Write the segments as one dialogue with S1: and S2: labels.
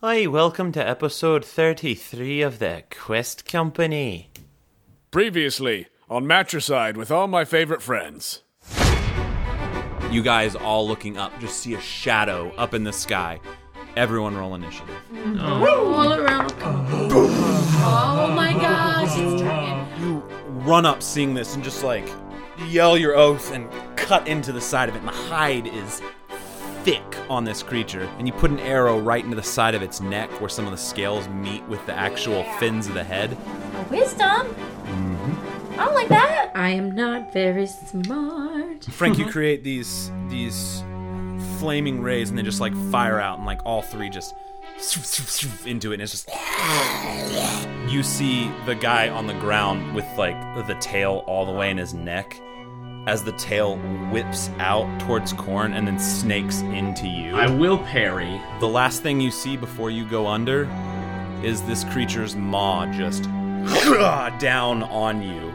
S1: Hi, welcome to episode 33 of the Quest Company.
S2: Previously on Matricide with all my favorite friends.
S3: You guys all looking up, just see a shadow up in the sky. Everyone roll initiative.
S4: all around. Oh my gosh, it's dragon.
S3: You run up seeing this and just like yell your oath and cut into the side of it. And the hide is thick on this creature. And you put an arrow right into the side of its neck where some of the scales meet with the actual fins of the head.
S5: Wisdom. I don't like that.
S4: I am not very smart.
S3: Frank, you create these these flaming rays and they just like fire out and like all three just into it and it's just you see the guy on the ground with like the tail all the way in his neck as the tail whips out towards corn and then snakes into you
S6: I will parry.
S3: the last thing you see before you go under is this creature's maw just down on you.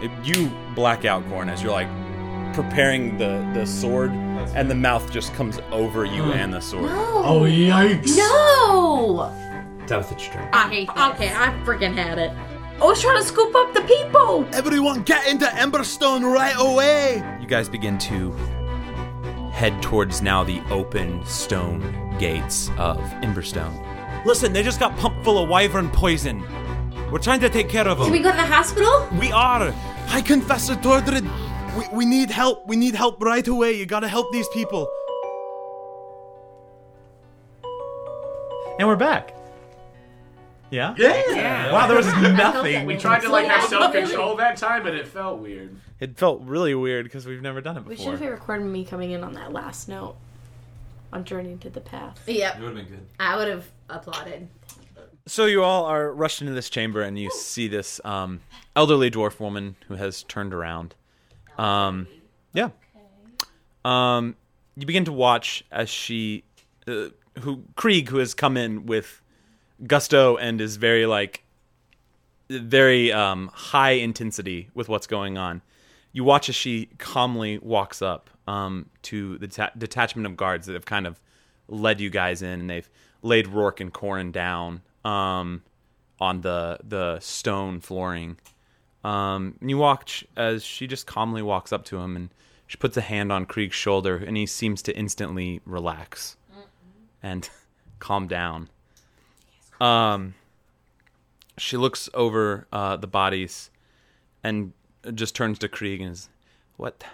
S3: If you black out, Gorn, as you're like preparing the, the sword, and the mouth just comes over you and the sword.
S6: Oh, yikes.
S4: No!
S7: Tabitha's turn.
S4: I hate Okay, I freaking had it. I was trying to scoop up the people!
S8: Everyone get into Emberstone right away!
S3: You guys begin to head towards now the open stone gates of Emberstone. Listen, they just got pumped full of wyvern poison. We're trying to take care of them.
S4: Can we go to the hospital?
S3: we are.
S8: I confess to Tordred. We, we need help. We need help right away. You gotta help these people.
S7: And we're back. Yeah? Yeah. Wow, there was nothing.
S4: We
S6: Tried to like have self control that time, but it felt weird.
S7: It felt really weird because we've never done it
S5: We should
S7: before.
S5: have recorded me coming in on that last note on Journey to the Path.
S4: Yep,
S3: would have been good.
S4: I would have applauded.
S3: So you all are rushed into this chamber, and you see this um, elderly dwarf woman who has turned around. Um, yeah. Um, you begin to watch as she, uh, who Krieg, who has come in with gusto and is very like, very um, high intensity with what's going on. You watch as she calmly walks up um, to the ta- detachment of guards that have kind of led you guys in, and they've laid Rourke and Corin down um, on the the stone flooring. Um, and you watch as she just calmly walks up to him, and she puts a hand on Krieg's shoulder, and he seems to instantly relax and calm down. Um, she looks over uh, the bodies and just turns to Krieg and is, "What,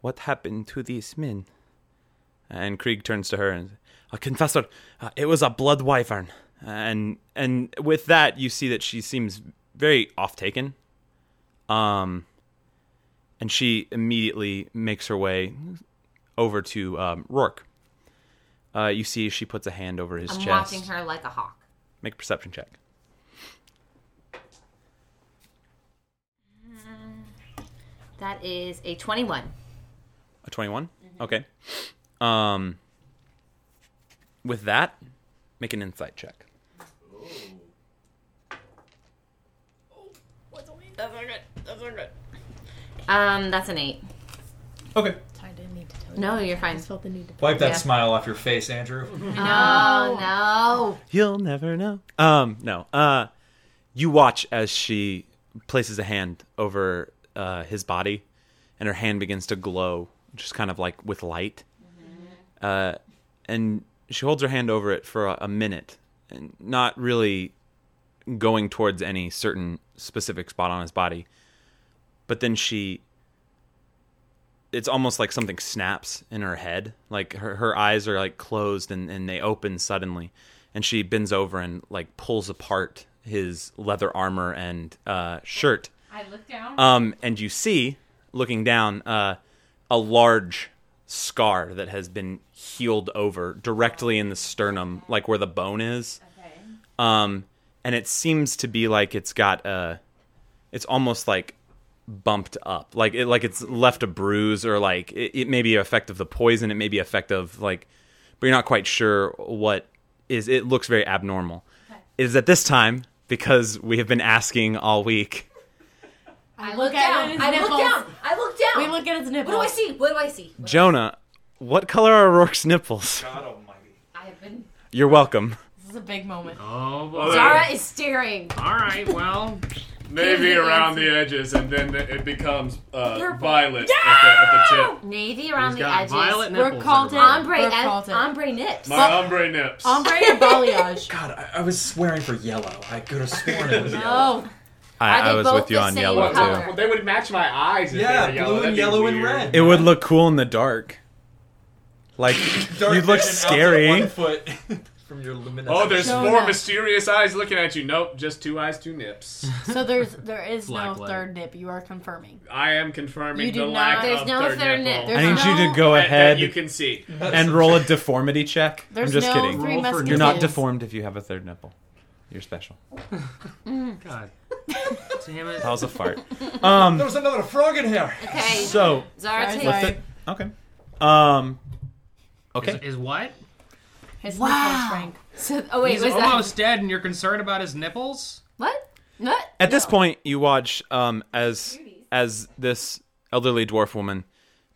S3: what happened to these men?" And Krieg turns to her and, uh, "Confessor, uh, it was a blood wyvern." And and with that, you see that she seems very off taken. Um, and she immediately makes her way over to um, Rourke. Uh, you see, she puts a hand over his
S9: I'm
S3: chest.
S9: watching her like a hawk.
S3: Make a perception check.
S9: That is a 21.
S3: A 21? Okay. Um with that, make an insight check.
S9: Um, that's an 8.
S7: Okay.
S5: I didn't need to tell you.
S9: No, you're fine.
S5: felt the need to.
S7: Wipe that
S9: Yeah.
S7: smile off your face, Andrew.
S9: No, no.
S3: You'll never know. Um no. Uh you watch as she places a hand over uh his body and her hand begins to glow just kind of like with light. Uh and she holds her hand over it for a, a minute and not really going towards any certain specific spot on his body. But then she it's almost like something snaps in her head. Like her, her eyes are like closed and, and they open suddenly. And she bends over and like pulls apart his leather armor and uh, shirt.
S9: I look down.
S3: Um, and you see, looking down, uh, a large scar that has been healed over directly in the sternum, like where the bone is.
S9: Okay.
S3: Um, and it seems to be like it's got a, it's almost like bumped up, like it, like it's left a bruise or like it, it may be effect of the poison, it may be effect of like, but you're not quite sure what is. It looks very abnormal. Is at this time because we have been asking all week.
S9: I look down. I look down. I look down.
S5: We look at his
S9: What
S5: nipples.
S9: do I see? What do I see?
S3: Jonah, what color are Rourke's nipples?
S9: I have been
S3: You're welcome.
S9: is a big moment.
S6: Oh, boy.
S9: Zara is staring.
S6: All right, well. Navy around the edges, and then it becomes uh,
S9: Purple.
S6: violet at, the, at the tip.
S9: Navy around
S6: He's
S9: the
S6: got
S9: edges.
S6: violet
S9: We're
S6: nipples
S9: called it
S6: everywhere.
S9: ombre,
S5: We're
S9: and-
S5: called it.
S9: ombre nips.
S6: My ombre nips.
S5: Ombre and balayage.
S10: God, I, I was swearing for yellow. I could have sworn it was yellow.
S5: Oh,
S3: I,
S9: Are they
S3: I was
S9: both
S3: with you
S9: the
S3: on
S9: same
S3: yellow
S9: color?
S3: too.
S6: Well, they would match my eyes. If
S10: Yeah,
S6: they were yellow.
S10: blue
S6: That'd
S10: and
S6: be
S10: yellow and
S6: weird.
S10: red.
S3: It would look cool in the dark. Like
S10: Dark
S3: you'd look
S10: vision out there,
S3: scary.
S10: One foot from your luminescence.
S6: Oh, there's
S5: Show
S6: four
S5: them.
S6: mysterious eyes looking at you. Nope, just two eyes, two nips.
S5: so there's there is no
S7: Black light.
S5: third nip. You are confirming.
S6: I am confirming
S5: You do
S6: the
S5: not-
S6: lack
S9: there's
S6: of
S9: no
S6: third,
S9: third
S6: nipple.
S9: nip.
S3: I
S9: There's
S3: need you
S9: no-
S3: to go
S6: that, that
S3: ahead
S6: you can see.
S3: and roll a deformity check.
S5: There's
S3: I'm just
S5: no
S3: kidding.
S5: three
S7: Roll for
S5: musketeers.
S3: You're not deformed if you have a third nipple. You're special.
S7: God.
S6: Damn it.
S3: That was a fart.
S10: there was another frog in here.
S9: Okay.
S3: So
S9: Zara
S5: Sorry,
S9: takes
S5: sorry.
S3: okay. Um. Okay.
S7: Is, is what?
S5: His wow. nipples shrank.
S9: So, oh wait,
S7: He's
S9: was that
S7: almost dead, and you're concerned about his nipples?
S9: what? What?
S3: At this point, you watch um, as as this elderly dwarf woman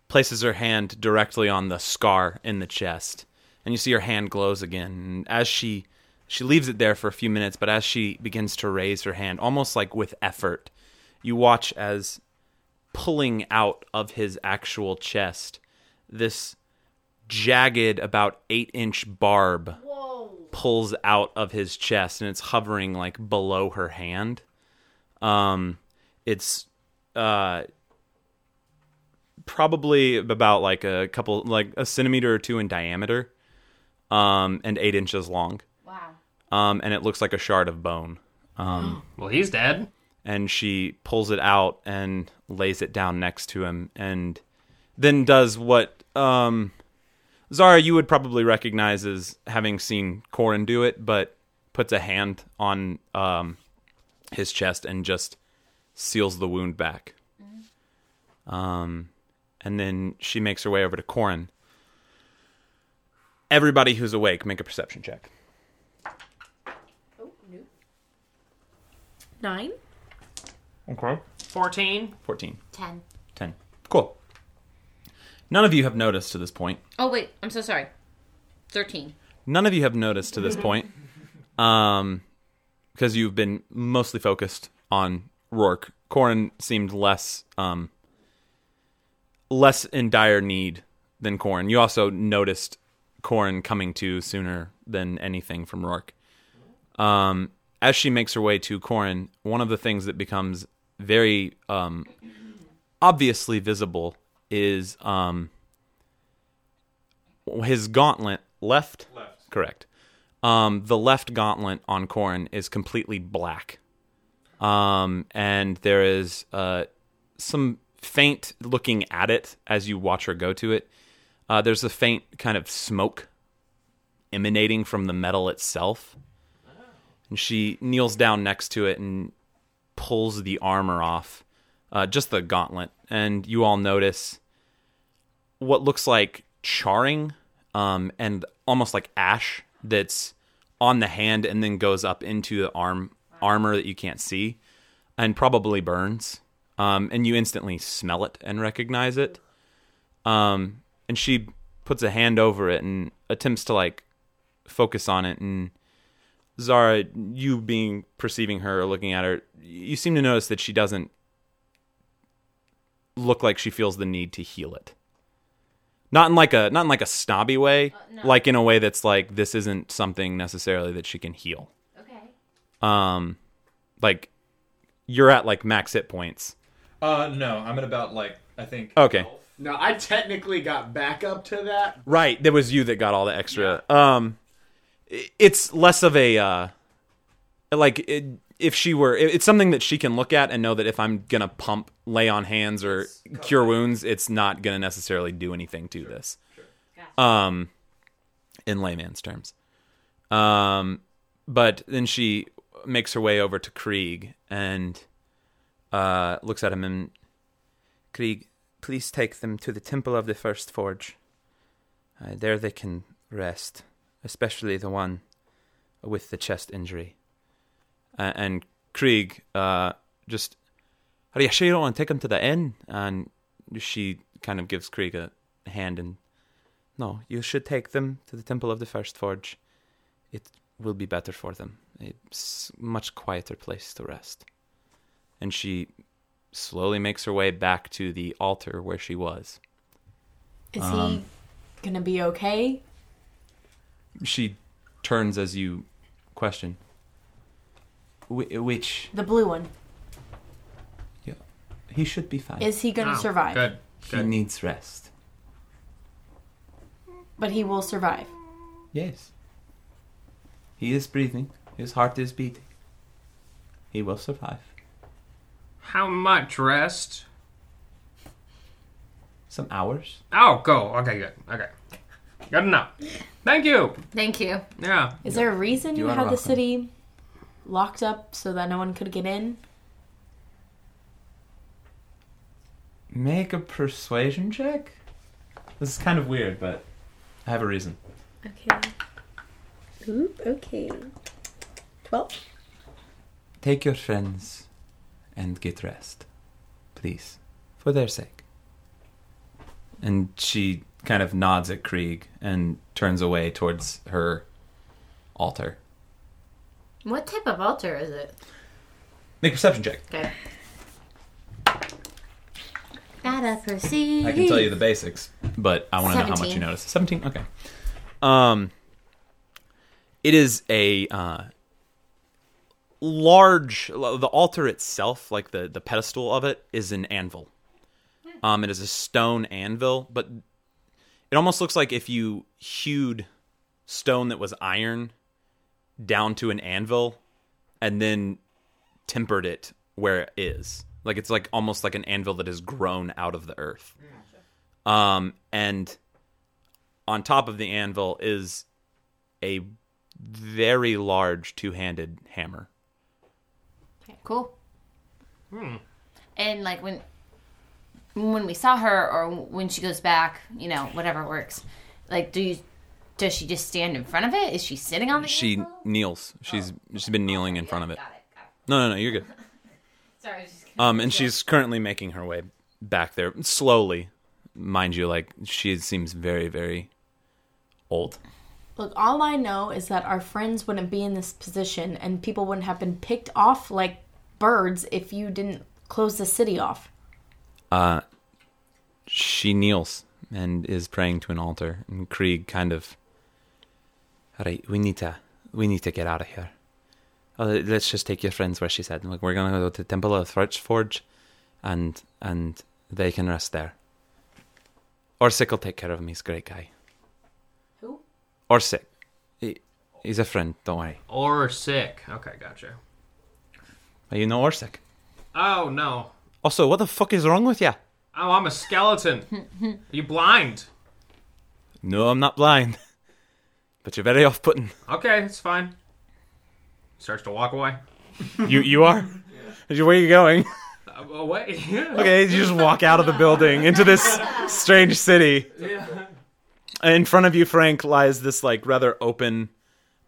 S3: places her hand directly on the scar in the chest, and you see her hand glows again. And as she she leaves it there for a few minutes, but as she begins to raise her hand, almost like with effort, you watch as pulling out of his actual chest this jagged, about eight inch barb pulls out of his chest and it's hovering like below her hand. Um, it's uh, probably about like a couple, like a centimeter or two in diameter, um, and eight inches long.
S9: Wow.
S3: Um, and it looks like a shard of bone.
S7: Well, he's dead.
S3: And she pulls it out and lays it down next to him, and then does what um, Zara you would probably recognize as having seen Corin do it, but puts a hand on um, his chest and just seals the wound back. Um, and then she makes her way over to Corin. Everybody who's awake, make a perception check.
S5: Nine.
S3: Okay.
S7: 14.
S3: 14.
S9: Ten.
S3: 10. Cool. None of you have noticed to this point.
S9: Oh wait, I'm so sorry. Thirteen.
S3: None of you have noticed to this point. Um, because you've been mostly focused on Rourke. Corin seemed less um less in dire need than Corin. You also noticed Corin coming to sooner than anything from Rourke. Um, as she makes her way to Corin, one of the things that becomes very um obviously visible is um his gauntlet left left correct um the left gauntlet on Corin is completely black um and there is uh some faint looking at it as you watch her go to it uh there's a faint kind of smoke emanating from the metal itself and she kneels down next to it and pulls the armor off uh, just the gauntlet, and you all notice what looks like charring um, and almost like ash that's on the hand and then goes up into the arm armor that you can't see and probably burns. Um, and you instantly smell it and recognize it. Um, and she puts a hand over it and attempts to like focus on it and Zara, you being perceiving her or looking at her, you seem to notice that she doesn't look like she feels the need to heal it. Not in like a not in like a snobby way, like in a way that's like this isn't something necessarily that she can heal.
S9: Okay.
S3: Um like you're at like max hit points.
S10: Uh, no, I'm at about like I think.
S3: Okay.
S6: No, I technically got back up to that.
S3: Right, that was you that got all the extra. Um i- it's less of a uh like it, if she were it- it's something that she can look at and know that if I'm going to pump lay on hands or cure wounds, it's not going to necessarily do anything to this. Um in layman's terms. Um but then she makes her way over to Krieg and uh looks at him and Krieg, please take them to the temple of the first forge. Uh, there they can rest, especially the one with the chest injury. Uh, and Krieg, uh, just, are you sure you don't want to take him to the inn? And she kind of gives Krieg a hand and, no, you should take them to the Temple of the First Forge. It will be better for them. A s- much quieter place to rest. And she slowly makes her way back to the altar where she was.
S5: Is
S3: Um,
S5: he gonna be okay?
S3: She turns as you question. Wh- which
S5: The blue one.
S3: he should be fine.
S5: Is he gonna survive?
S3: He needs rest.
S5: But he will survive.
S3: Yes. He is breathing. His heart is beating. He will survive.
S11: How much rest?
S3: Some hours.
S11: Oh, go. Okay, good. Okay. Good enough. Thank you.
S9: Thank you.
S11: Yeah.
S5: Is there a reason you,
S11: You are
S5: had the
S11: welcome.
S5: city locked up so that no one could get in?
S3: Make a persuasion check? This is kind of weird, but I have a reason.
S5: Okay. Oop, okay. 12?
S3: Take your friends and get rest. Please. For their sake. And she kind of nods at Krieg and turns away towards her altar.
S9: What type of altar is it?
S3: Make a perception check.
S9: Okay. Gotta proceed.
S3: I can tell you the basics, but I want to know how much you
S9: 17.
S3: notice. Seventeen. Okay. Um, it is a uh, large. The altar itself, like the the pedestal of it, is an anvil. Um, it is a stone anvil, but it almost looks like if you hewed stone that was iron down to an anvil, and then tempered it where it is. Like it's like almost like an anvil that has grown out of the earth. Um, and on top of the anvil is a very large two-handed hammer.
S9: Cool. And like when when we saw her, or when she goes back, you know, whatever works. Like, do you? Does she just stand in front of it? Is she sitting on the?
S3: She kneels. She's she's been kneeling in front of Oh. it. No, no, no, you're good.
S9: Sorry, I was just
S3: Um, and she's currently making her way back there slowly, mind you. Like she seems very, very old.
S5: Look, all I know is that our friends wouldn't be in this position and people wouldn't have been picked off like birds if you didn't close the city off.
S3: Uh, she kneels and is praying to an altar, and Krieg kind of. All right, we need to we need to get out of here. Uh, let's just take your friends where she said. Like we're gonna go to the Temple of Thrush Forge, and and they can rest there. Orsic will take care of him. He's a great guy.
S5: Who?
S3: Orsic. He, he's a friend. Don't worry.
S11: Or sick. Okay, gotcha.
S3: You know Orsic.
S11: Oh no.
S3: Also, what the fuck is wrong with you?
S11: Oh, I'm a skeleton. Are you blind?
S3: No, I'm not blind, but you're very off-putting.
S11: Okay, it's fine. Starts to walk away.
S3: You you are. Where are you going?
S11: Uh, away.
S3: Okay, you just walk out of the building into this strange city.
S11: Yeah.
S3: In front of you, Frank, lies this like rather open,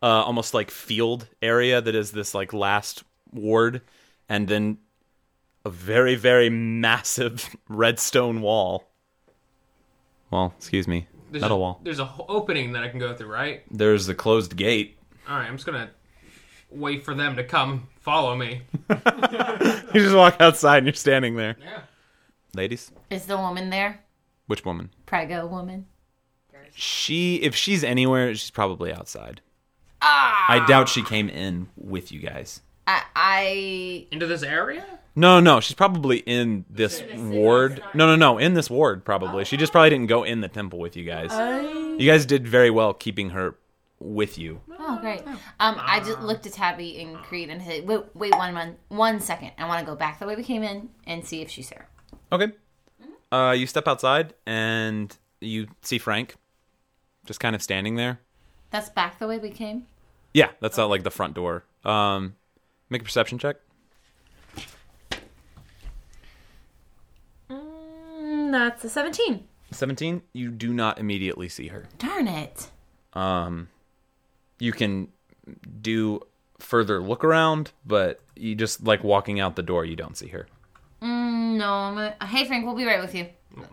S3: uh, almost like field area that is this like last ward, and then a very very massive redstone wall. Well, excuse me,
S11: There's
S3: metal
S11: a,
S3: wall.
S11: There's a ho- opening that I can go through, right?
S3: There's the closed gate.
S11: All right, I'm just gonna wait for them to come follow me.
S3: You just walk outside and you're standing there.
S11: Yeah.
S3: Ladies,
S9: Is the woman there?
S3: which woman?
S9: Prego woman.
S3: She, if she's anywhere, she's probably outside.
S9: Ah.
S3: I doubt she came in with you guys.
S9: I, I
S11: into this area.
S3: No, no, she's probably in this ward. No, no, no, in this ward probably. She just probably didn't go in the temple with you guys.
S9: Oh.
S3: You guys did very well keeping her with you.
S9: Oh great. Um, I just looked at Tabby and Creed and said, "Wait, wait one mon- one second. I want to go back the way we came in and see if she's there."
S3: Okay.
S9: Mm-hmm.
S3: Uh, you step outside and you see Frank, just kind of standing there.
S9: That's back the way we came.
S3: Yeah, that's out like the front door. Um, make a perception check.
S9: Mm, that's a seventeen.
S3: Seventeen. You do not immediately see her.
S9: Darn it.
S3: Um, you can do further look around, but you just like walking out the door, you don't see her.
S9: Mm, no. I'm gonna- hey Frank, we'll be right with you.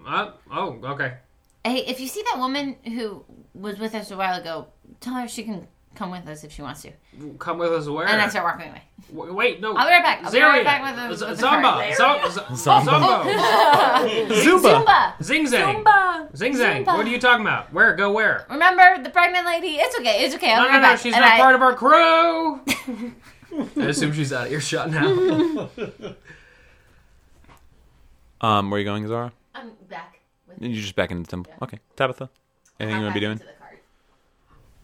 S11: Uh, oh, okay.
S9: Hey, if you see that woman who was with us a while ago, tell her she can come with us if she wants to.
S11: Come with us where?
S9: And I start walking away.
S11: W- Wait, no.
S9: I'll be right back. I'll be right
S11: Zarya.
S9: back with the-
S11: Z-
S9: with the
S11: Zamba.
S9: card.
S11: Zo- Z- Zombo.
S9: Zumba. Zumba.
S11: Zing Zang.
S9: Zumba.
S11: Zing Zang.
S9: Zumba.
S11: What are you talking about? Where? Go where?
S9: Remember the pregnant lady? It's okay. It's okay. I'll be
S11: No, no,
S9: right
S11: no.
S9: back.
S11: She's
S9: And
S11: not
S9: I-
S11: part of our crew.
S10: I assume she's out of earshot now.
S3: Um, where are you going, Zara?
S9: I'm back. with-
S3: You're just back in the temple. Okay, Tabitha. Anything you want to be doing?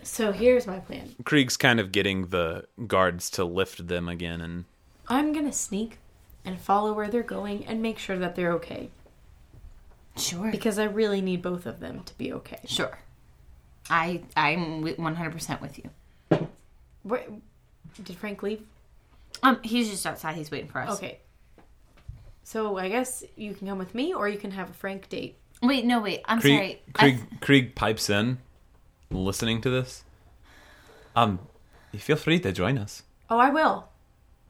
S5: So here's my plan.
S3: Krieg's kind of getting the guards to lift them again, and
S5: I'm gonna sneak and follow where they're going and make sure that they're okay.
S9: Sure.
S5: Because I really need both of them to be okay.
S9: Sure. I I'm wi- 100% with you.
S5: Where, did Frank leave?
S9: Um, he's just outside. He's waiting for us.
S5: Okay. So I guess you can come with me, or you can have a Frank date.
S9: Wait, no, wait. I'm
S3: Krieg,
S9: sorry. I-
S3: Krieg, Krieg pipes in, listening to this. Um, you feel free to join us.
S5: Oh, I will.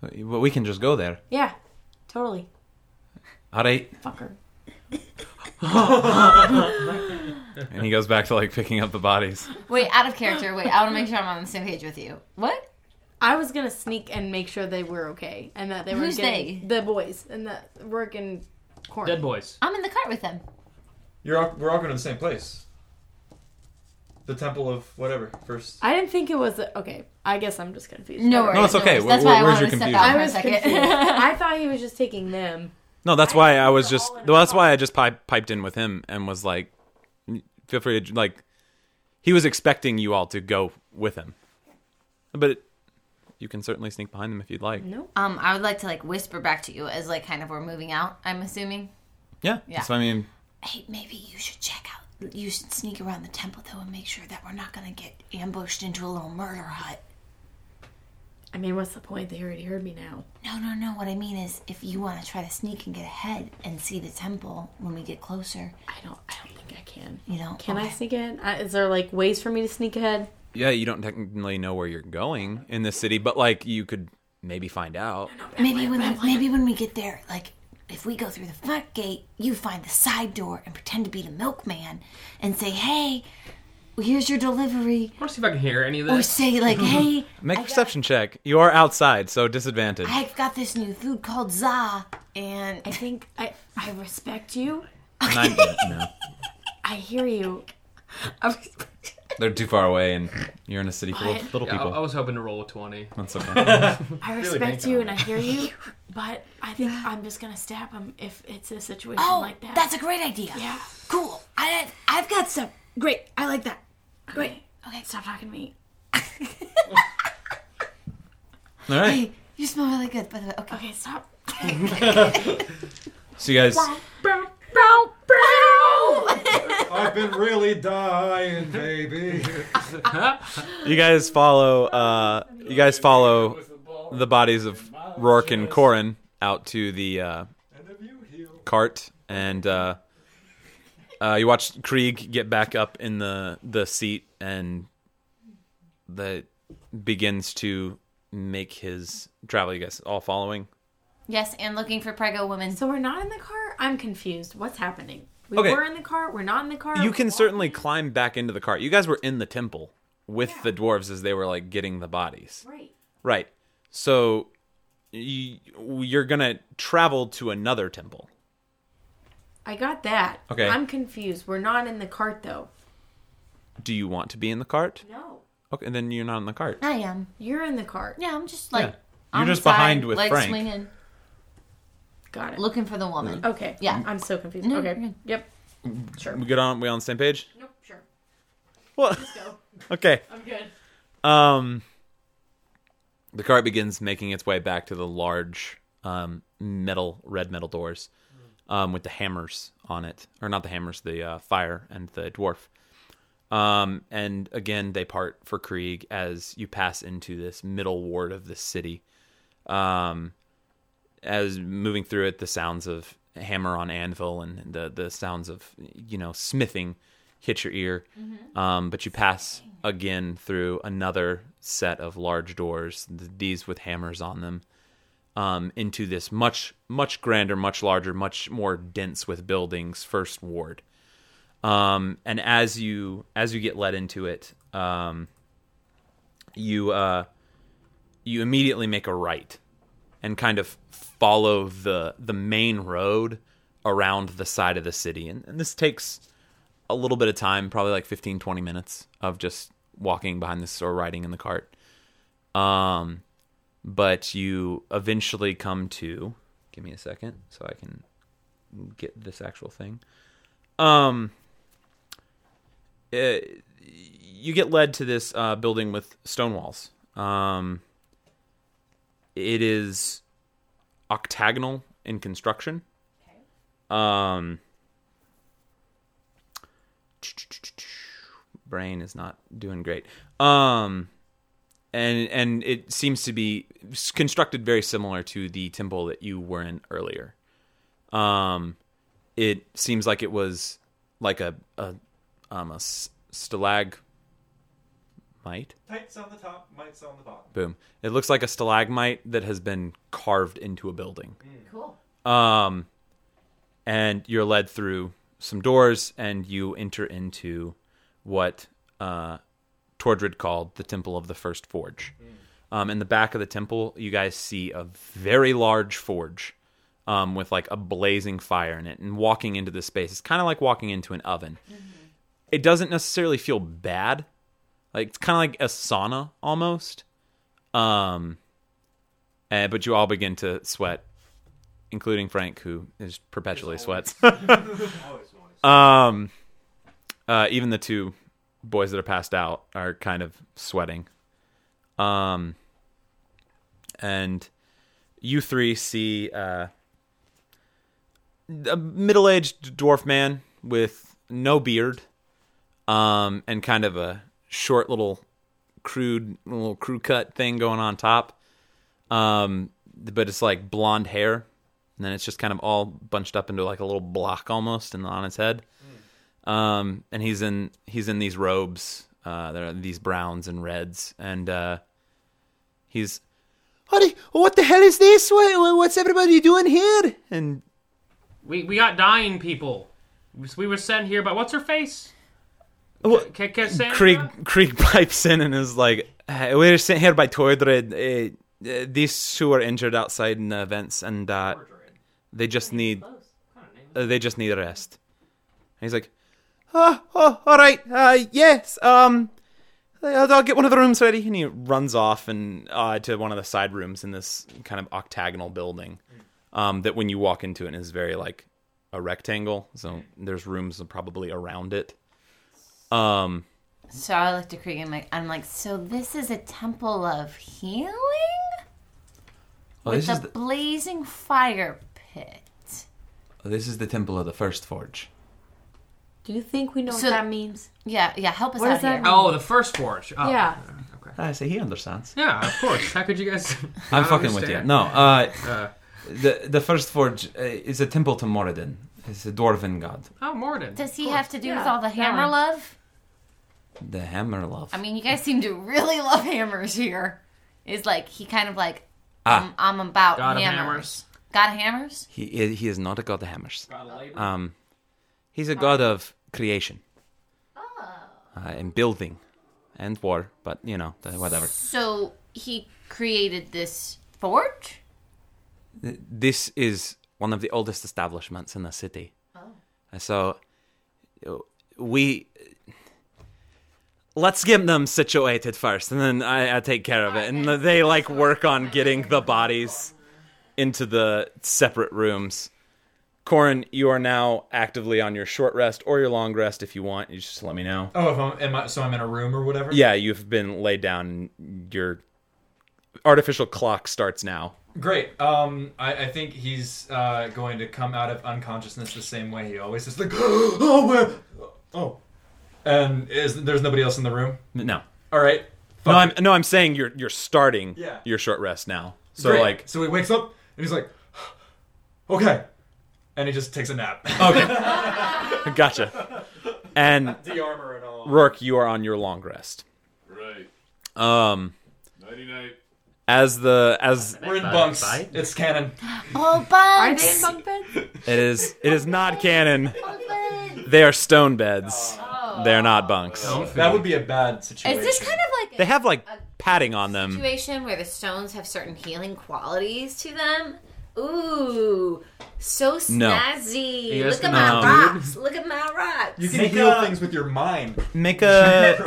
S3: Well, We can just go there.
S5: Yeah, totally.
S3: All right.
S5: Fucker.
S3: And he goes back to like picking up the bodies.
S9: wait, out of character. Wait, I want to make sure I'm on the same page with you. What?
S5: I was gonna sneak and make sure they were okay, and that they were
S9: Who's
S5: getting the boys, and that we're in corn.
S10: Dead boys.
S9: I'm in the cart with them.
S10: You're all, we're all going to the same place. The temple of whatever first.
S5: I didn't think it was okay. I guess I'm just confused.
S9: No
S5: Never
S9: worries.
S5: mind.
S3: it's okay.
S9: worries.
S3: Wh-
S9: That's
S3: wh-
S9: why I
S3: where's
S9: wanted
S3: your
S9: to step
S3: confusion?
S9: out
S5: I
S9: for a
S5: was confused. I
S9: second.
S5: thought he was just taking them.
S3: No, that's why I was just. Well, that's why I just pipe, piped in with him and was like, "Feel free to like." He was expecting you all to go with him, but it, you can certainly sneak behind them if you'd like.
S5: No.
S9: Um, I would like to like whisper back to you as like kind of we're moving out. I'm assuming.
S3: Yeah.
S9: Yeah.
S3: So I mean,
S9: Hey, maybe you should check out. You should sneak around the temple though and make sure that we're not gonna get ambushed into a little murder hut.
S5: I mean, what's the point? They already heard me now.
S9: No, no, no. What I mean is, if you want to try to sneak and get ahead and see the temple when we get closer,
S5: I don't. I don't think I can.
S9: You know?
S5: Can I sneak ahead? I, is there like ways for me to sneak ahead?
S3: yeah, you don't technically know where you're going in this city, but like you could maybe find out.
S9: Maybe when maybe when we get there, like if we go through the front gate, you find the side door and pretend to be the milkman and say, "Hey, here's your delivery."
S11: I want to see if I can hear any of this.
S9: Or say like, "Hey,
S3: Make a perception check. You are outside, so disadvantage.
S9: I've got this new food called za, and
S5: I think I. I respect you.
S3: Nine- no.
S5: I hear you.
S9: "Oh,
S3: They're too far away, and you're in a city full of
S5: What?
S3: little
S11: Yeah, I, I
S3: people.
S11: was hoping to roll a 20.
S3: That's okay.
S5: I
S11: Really
S5: respect
S11: banking
S5: you
S11: on
S5: and I hear you, but I think I'm just gonna stab him if it's a situation
S9: oh,
S5: like that.
S9: that's a great idea.
S5: yeah.
S9: Cool. I I've got some. Great. I like that. Great. Okay.
S5: Stop talking to me.
S3: All right.
S9: Hey, you smell really good, by the way. Okay.
S5: Okay, stop.
S3: So you guys.
S9: Oh,
S10: I've been really dying, baby.
S3: You guys follow. Uh, you guys follow the bodies of Rourke and Corin out to the uh, cart, and uh, uh, you watch Krieg get back up in the the seat, and that begins to make his travel. You guys all following?
S9: Yes, and looking for prego women.
S5: So we're not in the car? I'm confused. What's happening? We
S3: Okay.
S5: were in the car, we're not in the car.
S3: You can certainly climb back into the cart. You guys were in the temple with the dwarves as they were like getting the bodies.
S5: Right.
S3: Right. So you, you're going to travel to another temple.
S5: I got that.
S3: Okay.
S5: I'm confused. We're not in the cart though.
S3: Do you want to be in the cart?
S5: No.
S3: Okay, then you're not in the cart.
S9: I am.
S5: You're in the cart.
S9: Yeah, I'm just like.
S3: Yeah. You're
S9: on the
S3: just behind
S9: side,
S3: with
S9: legs
S3: Frank.
S9: swinging,
S5: Got it.
S9: looking for the woman.
S5: Okay.
S9: Yeah.
S5: I'm so confused.
S9: No,
S5: okay.
S9: you're good.
S5: Yep. Sure.
S3: We good on we on the same page?
S5: Nope, sure.
S3: What?
S5: go.
S3: okay.
S5: I'm good.
S3: Um the cart begins making its way back to the large um metal red metal doors
S5: Hmm.
S3: um with the hammers on it or not the hammers the uh, fire and the dwarf. Um and again they part for Krieg as you pass into this middle ward of the city. Um as moving through it the sounds of hammer on anvil and the the sounds of you know smithing hit your ear. Um, but you pass again through another set of large doors, th- these with hammers on them, um, into this much, much grander, much larger, much more dense with buildings first ward. Um, and as you as you get led into it, um, you uh, you immediately make a right and kind of follow the the main road around the side of the city and, and this takes a little bit of time probably like 15 20 minutes of just walking behind the store riding in the cart um but you eventually come to give me a second so i can get this actual thing um uh, you get led to this uh, building with stone walls. Um, it is octagonal in construction. Um, brain is not doing great. Um, and and it seems to be s- constructed very similar to the temple that you were in earlier. Um, it seems like it was like a a um a s- stalagmite.
S10: Tights on the top, mites on the bottom.
S3: Boom! It looks like a stalagmite that has been carved into a building.
S10: Cool.
S3: Um, and you're led through some doors, and you enter into what uh, Tordred called the Temple of the First Forge. Um, in the back of the temple, you guys see a very large forge um, with like a blazing fire in it. And walking into this space, it's kind of like walking into an oven. It doesn't necessarily feel bad. Like it's kind of like a sauna almost. Um, eh, but you all begin to sweat, including Frank, who is perpetually sweats. um, uh, even the two boys that are passed out are kind of sweating. Um, and you three see uh, a middle-aged dwarf man with no beard, um, and kind of a short little crude little crew cut thing going on top. Um, but it's like blonde hair, and then it's just kind of all bunched up into like a little block almost, and on his head. Um, and he's in he's in these robes. Uh, there are these browns and reds, and uh, he's Honey, what the hell is this? What, what's everybody doing here? And
S11: We we got dying people. We were sent here by what's her face? K- K- Cassandra?
S3: Krieg Krieg pipes in and is like, "Uh, "We're sent here by Tordred. Uh, uh, these two were injured outside in the events, and uh, they just need uh, they just need a rest." And he's like, Oh, oh, all right. Uh, yes. Um, I'll, I'll get one of the rooms ready. And he runs off and uh, to one of the side rooms in this kind of octagonal building. Um, that when you walk into it is very like a rectangle. So there's rooms probably around it. Um,
S9: So I looked at Krieg and I'm like, I'm like, so this is a temple of healing
S3: well,
S9: with
S3: Oh, this
S9: a
S3: is the,
S9: blazing fire pit.
S3: this is the temple of the first forge.
S5: Do you think we know
S9: So-
S5: what that means?
S9: Yeah, yeah. Help us
S5: What
S9: out
S5: does that
S9: here.
S5: mean?
S11: Oh, the first forge. Oh.
S5: Yeah.
S3: I say Ah, he understands.
S11: Yeah, of course. How could you guys?
S3: I'm
S11: not
S3: fucking with you.
S11: understand?
S3: No, uh, the the first forge uh, is a temple to Moradin. It's a dwarven god.
S11: Oh, Morden.
S9: Does he
S11: Of course.
S9: have to do with
S11: Yeah,
S9: all the
S11: that
S9: hammer
S11: one.
S9: love?
S3: The hammer love.
S9: I mean, you guys seem to really love hammers here. It's like he kind of like
S3: Ah.
S9: um, I'm, I'm about
S3: God of
S9: hammers.
S3: hammers.
S9: God of hammers.
S3: He is, he is not a god of hammers. Um, he's a god of creation. Uh, and building, and war. But you know, th- whatever.
S9: So he created this forge.
S3: Th- This is one of the oldest establishments in the city. Uh, So uh, we let's get them situated first, and then I, I take care of it. And they like work on getting the bodies into the separate rooms. Corin, you are now actively on your short rest or your long rest if you want. You just let me know.
S10: Oh, if I'm, am I, so I'm in a room or whatever?
S3: Yeah, you've been laid down. and Your artificial clock starts now.
S10: Great. Um, I, I think he's uh, going to come out of unconsciousness the same way he always is. Like, oh, where? Oh. And is there's nobody else in the room?
S3: No.
S10: All right.
S3: No, I'm no, I'm saying you're you're starting
S10: Yeah.
S3: your short rest now. So
S10: Great.
S3: like
S10: so he wakes up and he's like, okay, and he just takes a nap.
S3: Okay. gotcha. And
S10: The armor and all.
S3: Rourke, you are on your long rest.
S6: Right.
S3: Um
S6: Nighty night.
S3: as the as
S10: We're in bunks. It's canon.
S9: Oh,
S5: Are they in
S9: bugs.
S5: bunk beds?
S3: It is it is not canon. They are stone beds. They're not bunks.
S10: That would be a bad situation.
S9: Is this kind of like
S3: They have like patting on them.
S12: situation where the stones have certain healing qualities to them. Ooh, so
S3: No.
S12: snazzy!
S3: You guys
S12: Look
S3: can-
S12: at my
S3: No.
S12: rocks! Look at my rocks!
S10: You can
S3: Make
S10: heal
S3: a-
S10: things with your mind.
S3: Make a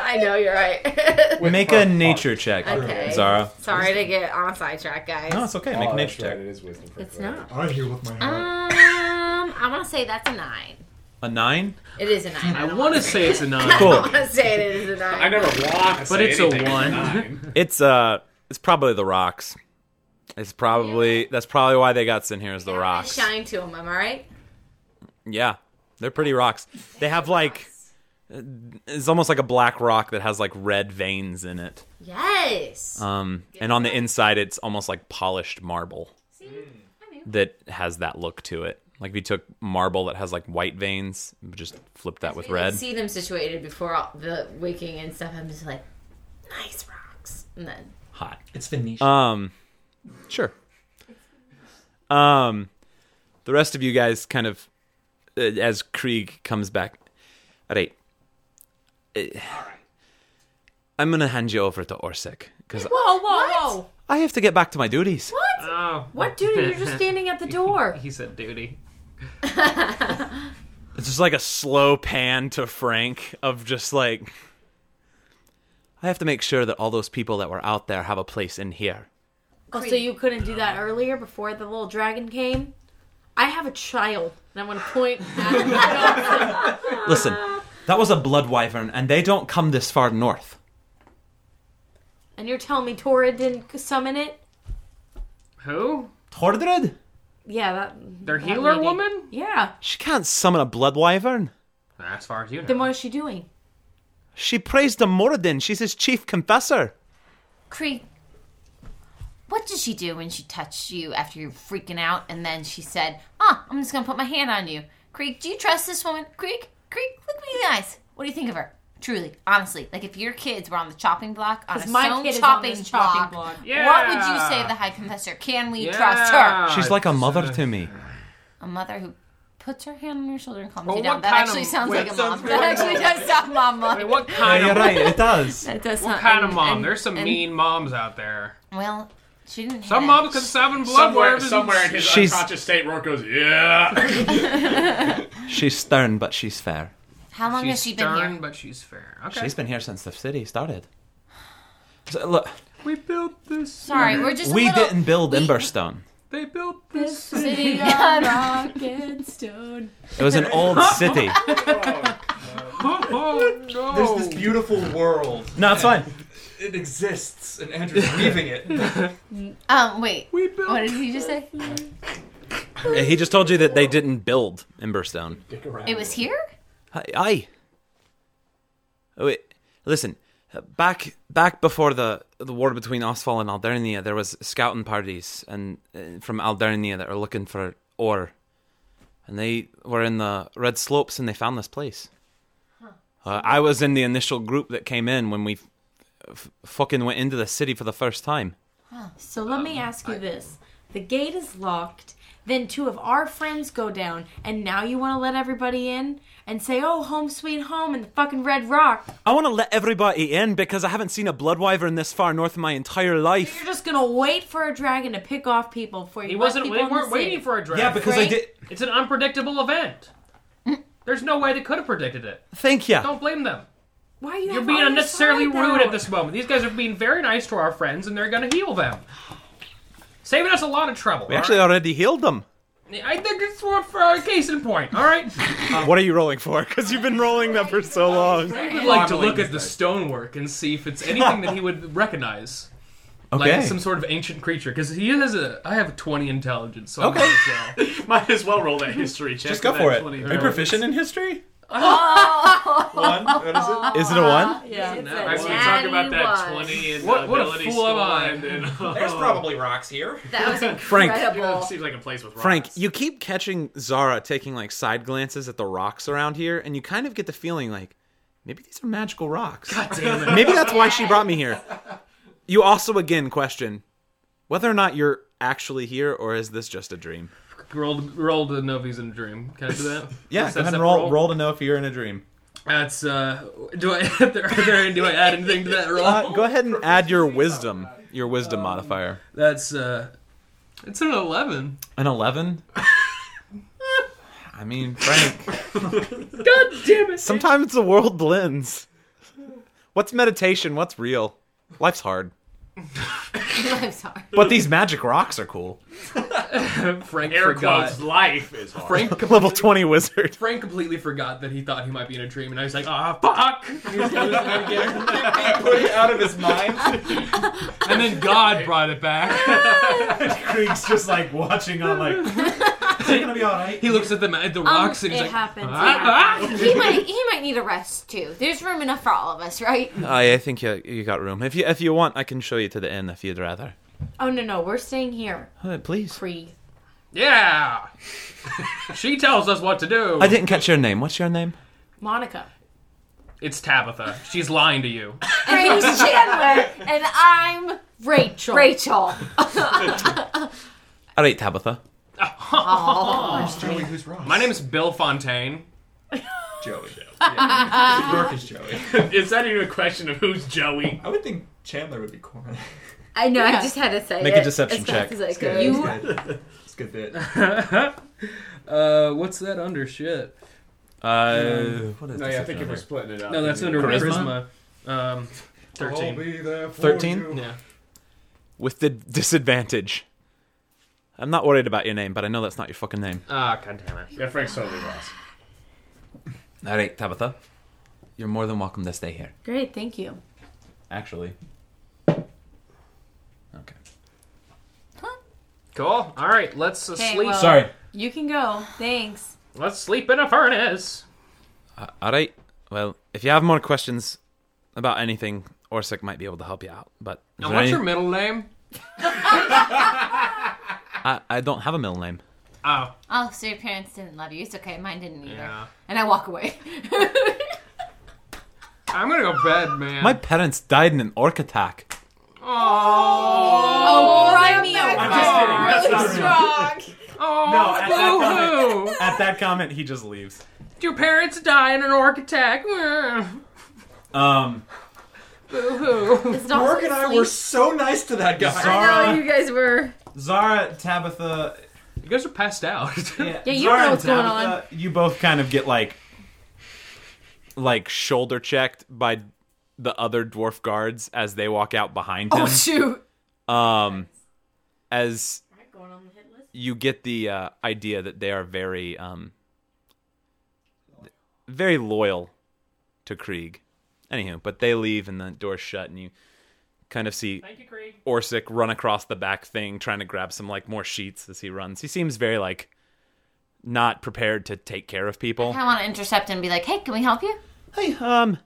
S12: I know you're right.
S3: make a nature check,
S12: Okay.
S3: Zara.
S12: Sorry to get on a sidetrack, guys.
S3: No, it's okay. Make a nature check. It is wisdom.
S12: It's not.
S10: I heal with my
S12: Um, I want to say that's a nine.
S3: A nine.
S12: It is a nine.
S11: I want to say it's a nine.
S3: Cool.
S12: I want to say it is a nine.
S11: I never want to But say it's a anything is a one. nine.
S3: It's uh, it's probably the rocks. It's probably that's probably why they got sent here is the rocks.
S12: Shine to them. Am I right?
S3: Yeah, they're pretty rocks. They have like uh, it's almost like a black rock that has like red veins in it.
S12: Yes.
S3: Um, and on the inside, it's almost like polished marble that has that look to it. Like if you took marble that has like white veins, and just flip that with
S12: I
S3: red.
S12: see them situated before all the waking and stuff. I'm just like, nice rocks, and then
S3: Hot.
S10: It's Venetian.
S3: Um, sure. Um, the rest of you guys kind of, uh, as Krieg comes back, all right. All right. I'm gonna hand you over to Orsek because
S5: Whoa, whoa, whoa!
S3: I have to get back to my duties.
S5: What? What, dude? You're just standing at the door.
S11: he said duty.
S3: It's just like a slow pan to Frank of just like I have to make sure that all those people that were out there have a place in here.
S5: Oh, so you couldn't do that earlier before the little dragon came? I have a child, and I'm going to point at
S3: Listen, that was a blood wyvern and they don't come this far north.
S5: And you're telling me Torrid didn't summon it?
S11: Who?
S3: Tordred?
S5: Yeah, that.
S11: Their
S5: that
S11: healer
S5: lady.
S11: woman?
S5: Yeah.
S3: She can't summon a blood wyvern.
S11: As far as you know.
S5: Then what is she doing?
S3: She prays to Moradin. She's his chief confessor.
S12: Cree.
S9: What did she do when she touched you after you were freaking out and then she said, Ah, I'm just gonna put my hand on you? Creek, do you trust this woman? Creek, Creek, look me in the eyes. What do you think of her? Truly, honestly, like if your kids were on the chopping block, on a
S5: 'Cause my
S9: stone
S5: kid is on
S9: chopping,
S5: this
S9: block,
S5: chopping block.
S9: what would you
S5: Yeah.
S9: say to the High Confessor? Can we
S5: Yeah.
S9: trust her?
S3: She's like a mother to me.
S9: A mother who puts her hand on your shoulder and calms
S12: Well,
S9: you
S12: what
S9: down. That
S12: kind
S9: actually
S12: of-
S9: sounds
S12: wait,
S9: like a
S12: that sounds
S9: mom. That
S12: really-
S9: actually does sound mom like.
S11: what kind of
S3: does.
S9: That does
S11: What
S9: sound-
S11: kind of
S9: and-
S11: mom?
S9: and-
S11: There's some
S9: and-
S11: mean moms out there.
S9: Well, she didn't.
S11: Some
S9: have-
S11: moms can summon blood
S6: Somewhere,
S11: wyverns.
S6: somewhere in his
S3: She's-
S6: unconscious state, Rourke goes, "Yeah."
S3: She's stern, but she's fair.
S9: How long
S11: she's
S9: has she been
S11: stern,
S9: here?
S11: but she's fair. Okay.
S3: She's been here since the city started. So, look,
S11: We built this.
S9: Sorry,
S11: city.
S9: we're just.
S3: we
S9: a little...
S3: didn't build Emberstone.
S11: They built this
S5: City
S11: city.
S5: of rock and stone.
S3: It was an old city.
S11: oh no!
S10: There's this beautiful world.
S3: No, it's fine.
S10: It exists, and Andrew's leaving it.
S9: Um, wait. We built what did he just say?
S3: Uh, He just told you that they didn't build Emberstone.
S9: It was here?
S3: Aye. aye. Oh, wait, listen. uh, Back back before the the war between Osfall and Aldernia, there was scouting parties and uh, from Aldernia that were looking for ore, and they were in the Red Slopes and they found this place. Uh, I was in the initial group that came in when we f- f- fucking went into the city for the first time.
S5: So let
S11: Um,
S5: me ask you this. The gate is locked. Then two of our friends go down, and now you want to let everybody in and say, "Oh, home sweet home," and the fucking Red Rock.
S3: I want to let everybody in because I haven't seen a blood wyvern this far north in my entire life.
S5: You're just gonna wait for a dragon to pick off people for you.
S11: He
S5: let
S11: wasn't.
S5: people
S11: We
S5: in the
S11: weren't
S5: city.
S11: waiting for a draft.
S3: Yeah, because I Right? did-
S11: It's an unpredictable event. There's no way they could have predicted it.
S3: Thank you.
S11: Don't blame them.
S5: Why are you?
S11: You're
S5: have
S11: being
S5: all this
S11: unnecessarily
S5: pride,
S11: rude
S5: though?
S11: at this moment. These guys are being very nice to our friends, and they're going to heal them, saving us a lot of trouble.
S3: We actually already healed them.
S11: I think it's one for our case in point. All right.
S3: what are you rolling for? Because you've been rolling them for so long.
S11: I would Ah. like to look at the stonework and see if it's anything that he would recognize. Like
S3: Okay.
S11: some sort of ancient creature, because he has a. I have twenty intelligence, so okay. might as well.
S6: Might as well roll that history check.
S11: Just go
S6: for
S11: for
S6: that
S11: it.
S6: 20.
S11: Are you proficient
S3: in history?
S12: Oh.
S6: One? What is it?
S3: Is it a one?
S5: Yeah.
S6: I see. Talk about that twenty and
S11: What- what a
S6: ability
S11: fool am
S6: score
S11: I.
S6: and- and-
S10: There's probably rocks here.
S12: That was
S3: Frank.
S12: incredible.
S6: Seems like a place with
S3: Frank, you keep catching Zara taking like side glances at the rocks around here, and you kind of get the feeling like maybe these are magical rocks. God
S11: damn it.
S3: Maybe that's why she brought me here. You also again question whether or not you're actually here or is this just a dream?
S11: Rolled, rolled to know if he's in a dream. Can I do that?
S3: Yeah,
S11: Is
S3: go
S11: that
S3: ahead and
S11: separate
S3: roll, roll to know if you're in a dream.
S11: That's uh. Do I are there, do I add anything to that roll?
S3: Uh, go ahead and add your wisdom, your wisdom modifier.
S11: That's uh, it's an eleven.
S3: An eleven. I mean, Frank.
S11: God damn it!
S3: Sometimes the world blends. What's meditation? What's real? Life's hard.
S9: I'm sorry.
S3: But these magic rocks are cool.
S11: Frank
S6: Air
S11: forgot.
S6: quotes, life is hard.
S11: Frank
S3: Level 20 wizard.
S11: Frank completely forgot that he thought he might be in a dream, and I was like, ah, fuck! And he was going to it again.
S10: Put it out of his mind.
S11: and then God brought it back.
S7: Krieg's just like watching on like. Is it gonna be all right?
S11: He looks at the ma- at the
S9: Um,
S11: rocks and he's
S9: it
S11: like,
S9: happens, it
S11: "Ah, ah."
S9: he might he might need a rest too. There's room enough for all of us, right?
S3: I, I think you, you got room. If you if you want, I can show you to the inn if you'd rather.
S5: Oh no no, we're staying here.
S3: please.
S5: Pre.
S11: Yeah. she tells us what to do.
S3: I didn't catch your name. What's your name?
S5: Monica.
S11: It's Tabitha. She's lying to you.
S9: And he's Chandler, and I'm
S5: Rachel.
S9: Rachel.
S3: All right, Tabitha.
S9: Oh,
S11: Joey, who's wrong? My name is Bill Fontaine.
S10: Joey.
S11: York
S10: is Joey.
S6: Is that even a question of who's Joey?
S10: I would think Chandler would be corny.
S12: I know. I
S10: Yeah.
S12: just had to say
S10: Make
S12: it
S10: a deception
S12: as fast
S10: check.
S12: As I
S10: It's
S12: could.
S10: good, You- it's good. It's good bit.
S11: uh, what's that under shit?
S3: Uh, what is
S6: No,
S3: this
S6: Oh, yeah, I
S3: up
S6: think if
S3: under?
S6: we're splitting it up.
S11: No, that's under
S6: Charisma?
S11: charisma. Um, 13
S10: I'll be there for
S3: 13?
S10: you.
S11: Yeah.
S3: With the disadvantage. I'm not worried about your name, but I know that's not your fucking name.
S11: Ah, oh, goddammit.
S6: Yeah, Frank's totally lost.
S3: All right, Tabitha. You're more than welcome to stay here.
S5: Great, thank you.
S3: Actually.
S11: Cool. All right, let's uh,
S5: Okay,
S11: sleep.
S5: well, You can go. Thanks.
S11: Let's sleep in a furnace.
S3: Uh, all right. Well, if you have more questions about anything, Orsic might be able to help you out. But is
S11: Now,
S3: there
S11: what's
S3: any-
S11: your middle name?
S3: I, I don't have a middle name.
S11: Oh.
S9: Oh, so your parents didn't love you. It's okay. Mine didn't either.
S11: Yeah.
S9: And I walk away.
S11: I'm gonna go bed, man.
S3: My parents died in an orc attack.
S9: Oh, cry me
S7: I'm just kidding. That's not real. No, at that,
S11: Oh,
S7: comment, at that comment, he just leaves.
S11: Your parents die in an orc attack. Boo
S7: Um,
S11: hoo.
S10: Morgan and I were so nice to that guy.
S7: Zara,
S12: You guys were.
S7: Zara, Tabitha.
S11: You guys are passed out.
S7: Yeah,
S12: Yeah, you
S7: Zara
S12: don't know
S7: and
S12: what's going
S7: Tabitha, You both kind of get like
S3: Like shoulder checked by the other dwarf guards as they walk out behind him.
S5: Oh, shoot.
S3: Um, as you get the uh, idea that they are very, um, very loyal to Krieg. Anywho, but they leave and the door's shut, and you kind of see
S11: Thank you, Krieg.
S3: Orsic run across the back thing, trying to grab some like more sheets as he runs. He seems very like not prepared to take care of people.
S9: I want to intercept and be like, "Hey, can we help you?"
S3: Hey, um,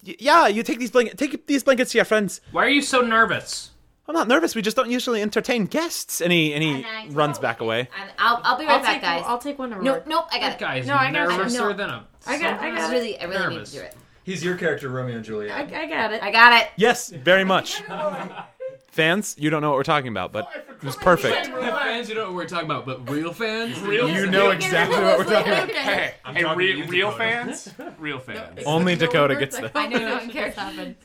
S3: yeah, you take these blankets. Take these blankets to your friends.
S11: Why are you so nervous?
S3: I'm not nervous. We just don't usually entertain guests. And he and he runs back away.
S9: I'll, I'll be right
S5: I'll
S9: back,
S5: take-
S9: guys.
S5: I'll take one to
S9: Nope,
S5: Rourke.
S9: nope, I got
S5: That
S9: it.
S5: guy's No, I got it. nervouser No.
S11: than a-
S5: I got- I got
S9: I
S5: it.
S9: really, I really
S10: Nervous.
S9: need to do it.
S10: He's your character, Romeo and Juliet.
S5: I, I got it.
S9: I got it.
S3: Yes, very much. Fans, you don't know what we're talking about, but it was perfect.
S11: fans, you know what we're talking about, but real fans?
S6: Real
S3: You know exactly what we're talking about.
S6: Hey,
S11: I'm
S6: hey
S11: talking to
S6: re-
S11: you,
S6: real
S11: Dakota.
S6: fans? Real fans.
S3: Only Dakota gets that.
S9: I know no one cares. Happened.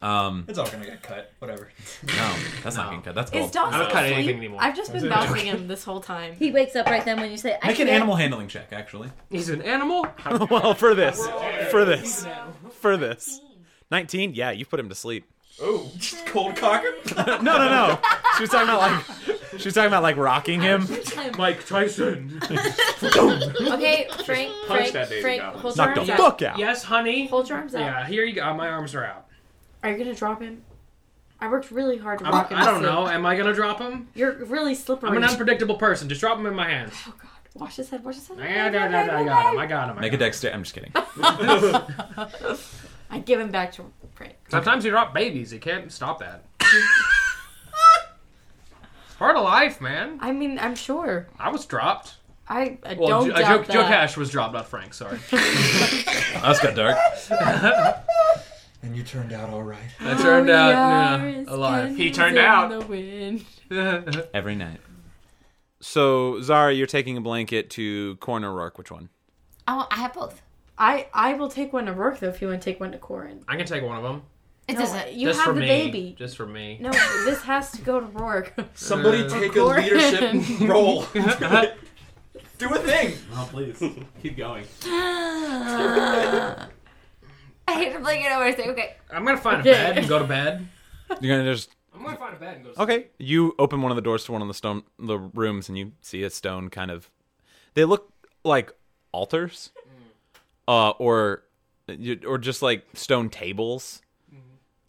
S3: Um,
S10: It's all gonna get cut. Whatever.
S3: no, that's not getting cut. That's
S5: Is
S3: gold.
S5: Dawson asleep? I've just been bouncing him this whole time.
S9: He wakes up right then when you say, I
S3: Make an
S9: can't-
S3: animal handling check, actually.
S11: He's an animal?
S3: well, for this, for this, for this. Nineteen? Yeah, you put him to sleep.
S10: Oh, cold cocker.
S3: no, no, no. She was talking about like she was talking about like rocking him.
S11: Mike Tyson.
S5: okay, Frank.
S11: Punch
S5: Frank,
S11: that baby
S5: Frank,
S11: down.
S5: hold
S3: Knock
S5: your arms
S3: the
S5: out.
S3: fuck out.
S11: Yes, honey.
S5: Hold your arms out.
S11: Yeah, here you go. My arms are out.
S5: Are you gonna drop him? I worked really hard to
S11: I'm,
S5: rock him.
S11: I
S5: to
S11: don't
S5: sleep.
S11: know. Am I gonna drop him?
S5: You're really slippery.
S11: I'm an unpredictable person. Just drop him in my hands.
S5: Wash his head. Wash his head.
S11: I got him. I got him. I got him.
S3: Make a dexter. I'm just kidding.
S5: I give him back to Frank.
S11: Sometimes you drop babies. You can't stop that. It's part of life, man.
S5: I mean, I'm sure.
S11: I was dropped.
S5: I, I
S11: Well,
S5: don't
S11: Ju- uh,
S5: doubt
S11: Joe, Joe
S5: that.
S11: Cash was dropped, not Frank. Sorry.
S3: That's got dark.
S10: and you turned out all right.
S11: That
S5: Oh,
S11: turned out yeah, alive.
S6: He turned out.
S3: Every night. So Zara, you're taking a blanket to corner Rourke. Which one?
S9: Oh, I have both.
S5: I I will take one to Rourke though if you want to take one to Corin.
S11: I can take one of them.
S5: It No, doesn't- you
S11: just
S5: have
S11: for
S5: the
S11: me.
S5: baby.
S11: Just for me.
S5: No, this has to go to Rourke.
S10: Somebody
S5: Or
S10: take a
S5: Corin.
S10: leadership role. Do a thing.
S7: Oh, please. Keep going.
S9: I hate to blink it over and say, okay.
S11: I'm gonna find
S9: Okay.
S11: go to bed.
S3: You're gonna just
S11: I'm gonna find a bed and go. To
S3: Okay. You open one of the doors to one of the stone the rooms and you see a stone kind of they look like altars. Uh or or just like stone tables.